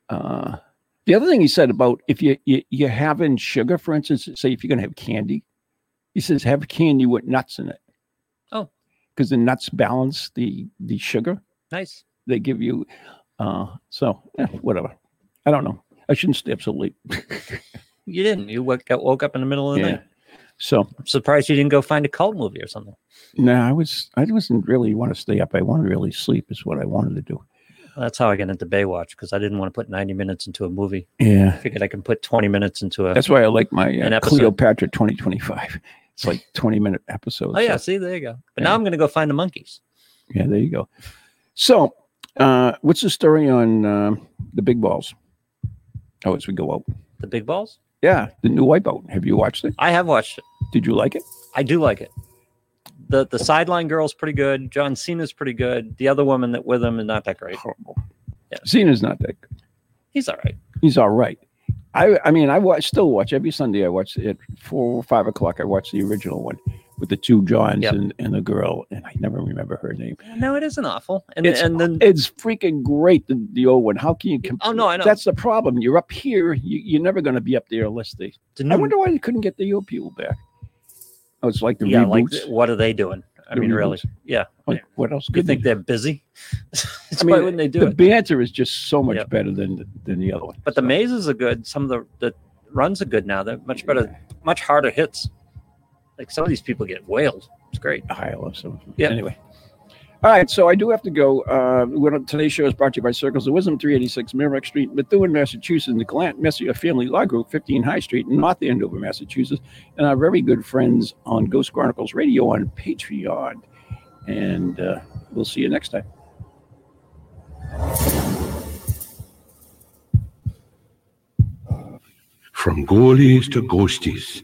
[SPEAKER 2] Uh, the other thing he said about if you, you you're having sugar, for instance, say if you're gonna have candy, he says have candy with nuts in it.
[SPEAKER 1] Oh.
[SPEAKER 2] because the nuts balance the the sugar
[SPEAKER 1] Nice.
[SPEAKER 2] they give you. Uh, so eh, whatever. I don't know. I shouldn't stay up so late.
[SPEAKER 1] You didn't. You woke, got woke up in the middle of the
[SPEAKER 2] yeah.
[SPEAKER 1] night.
[SPEAKER 2] So
[SPEAKER 1] I'm surprised you didn't go find a cult movie or something.
[SPEAKER 2] no, I was I wasn't really want to stay up. I want to really sleep is what I wanted to do.
[SPEAKER 1] That's how I got into Baywatch because I didn't want to put 90 minutes into a movie.
[SPEAKER 2] Yeah.
[SPEAKER 1] I figured I can put 20 minutes into a.
[SPEAKER 2] That's why I like my
[SPEAKER 1] An
[SPEAKER 2] uh,
[SPEAKER 1] episode.
[SPEAKER 2] Cleopatra 2025. It's like 20 minute episodes.
[SPEAKER 1] oh, yeah.
[SPEAKER 2] So,
[SPEAKER 1] See, there you go. But
[SPEAKER 2] Yeah.
[SPEAKER 1] now I'm going to go find the monkeys.
[SPEAKER 2] yeah, there you go. So, uh, what's the story on um, the big balls? Oh, as we go out.
[SPEAKER 1] The big balls?
[SPEAKER 2] Yeah, the new wipeout. Have you watched it?
[SPEAKER 1] I have watched it.
[SPEAKER 2] Did you like it?
[SPEAKER 1] I do like it. The the sideline girl's pretty good. John Cena's pretty good. The other woman that with him is not that great.
[SPEAKER 2] Horrible.
[SPEAKER 1] Yeah.
[SPEAKER 2] Cena's not that good.
[SPEAKER 1] He's all right.
[SPEAKER 2] He's all right. I I mean I watch still watch every Sunday. I watch it four or five o'clock. I watch the original one with the two Johns
[SPEAKER 1] Yep.
[SPEAKER 2] and, and the girl, and I never remember her name.
[SPEAKER 1] No, it isn't awful. And
[SPEAKER 2] It's-
[SPEAKER 1] and then
[SPEAKER 2] It's freaking great the, the old one. How can you compare?
[SPEAKER 1] oh no, I know.
[SPEAKER 2] That's the problem. You're up here. You, you're never going to be up there unless they.
[SPEAKER 1] The
[SPEAKER 2] I
[SPEAKER 1] new-
[SPEAKER 2] wonder why they couldn't get the old people back. Oh, it's like the
[SPEAKER 1] yeah, like
[SPEAKER 2] reboots.
[SPEAKER 1] what are they doing? I
[SPEAKER 2] The
[SPEAKER 1] mean, really?
[SPEAKER 2] reboots.
[SPEAKER 1] Yeah.
[SPEAKER 2] Like, what else?
[SPEAKER 1] You
[SPEAKER 2] Could
[SPEAKER 1] think
[SPEAKER 2] they
[SPEAKER 1] they're busy? That's
[SPEAKER 2] I
[SPEAKER 1] why
[SPEAKER 2] mean,
[SPEAKER 1] wouldn't they do
[SPEAKER 2] do? The
[SPEAKER 1] it?
[SPEAKER 2] banter is just so much
[SPEAKER 1] Yep.
[SPEAKER 2] better than than the other one.
[SPEAKER 1] But the
[SPEAKER 2] So,
[SPEAKER 1] mazes are good. Some of the, the runs are good now. They're much better, much harder hits. Like some of these people get whaled. It's great.
[SPEAKER 2] I love some.
[SPEAKER 1] Yeah.
[SPEAKER 2] Anyway. All right, so I do have to go. Uh, we're on- today's show is brought to you by Circles of Wisdom, 386 Merrimack Street, Methuen, Massachusetts, the Glant Messier Family Law Group, 15 High Street, North Andover, Massachusetts, and our very good friends on Ghost Chronicles Radio on Patreon. And uh, we'll see you next time.
[SPEAKER 3] from goalies to ghosties,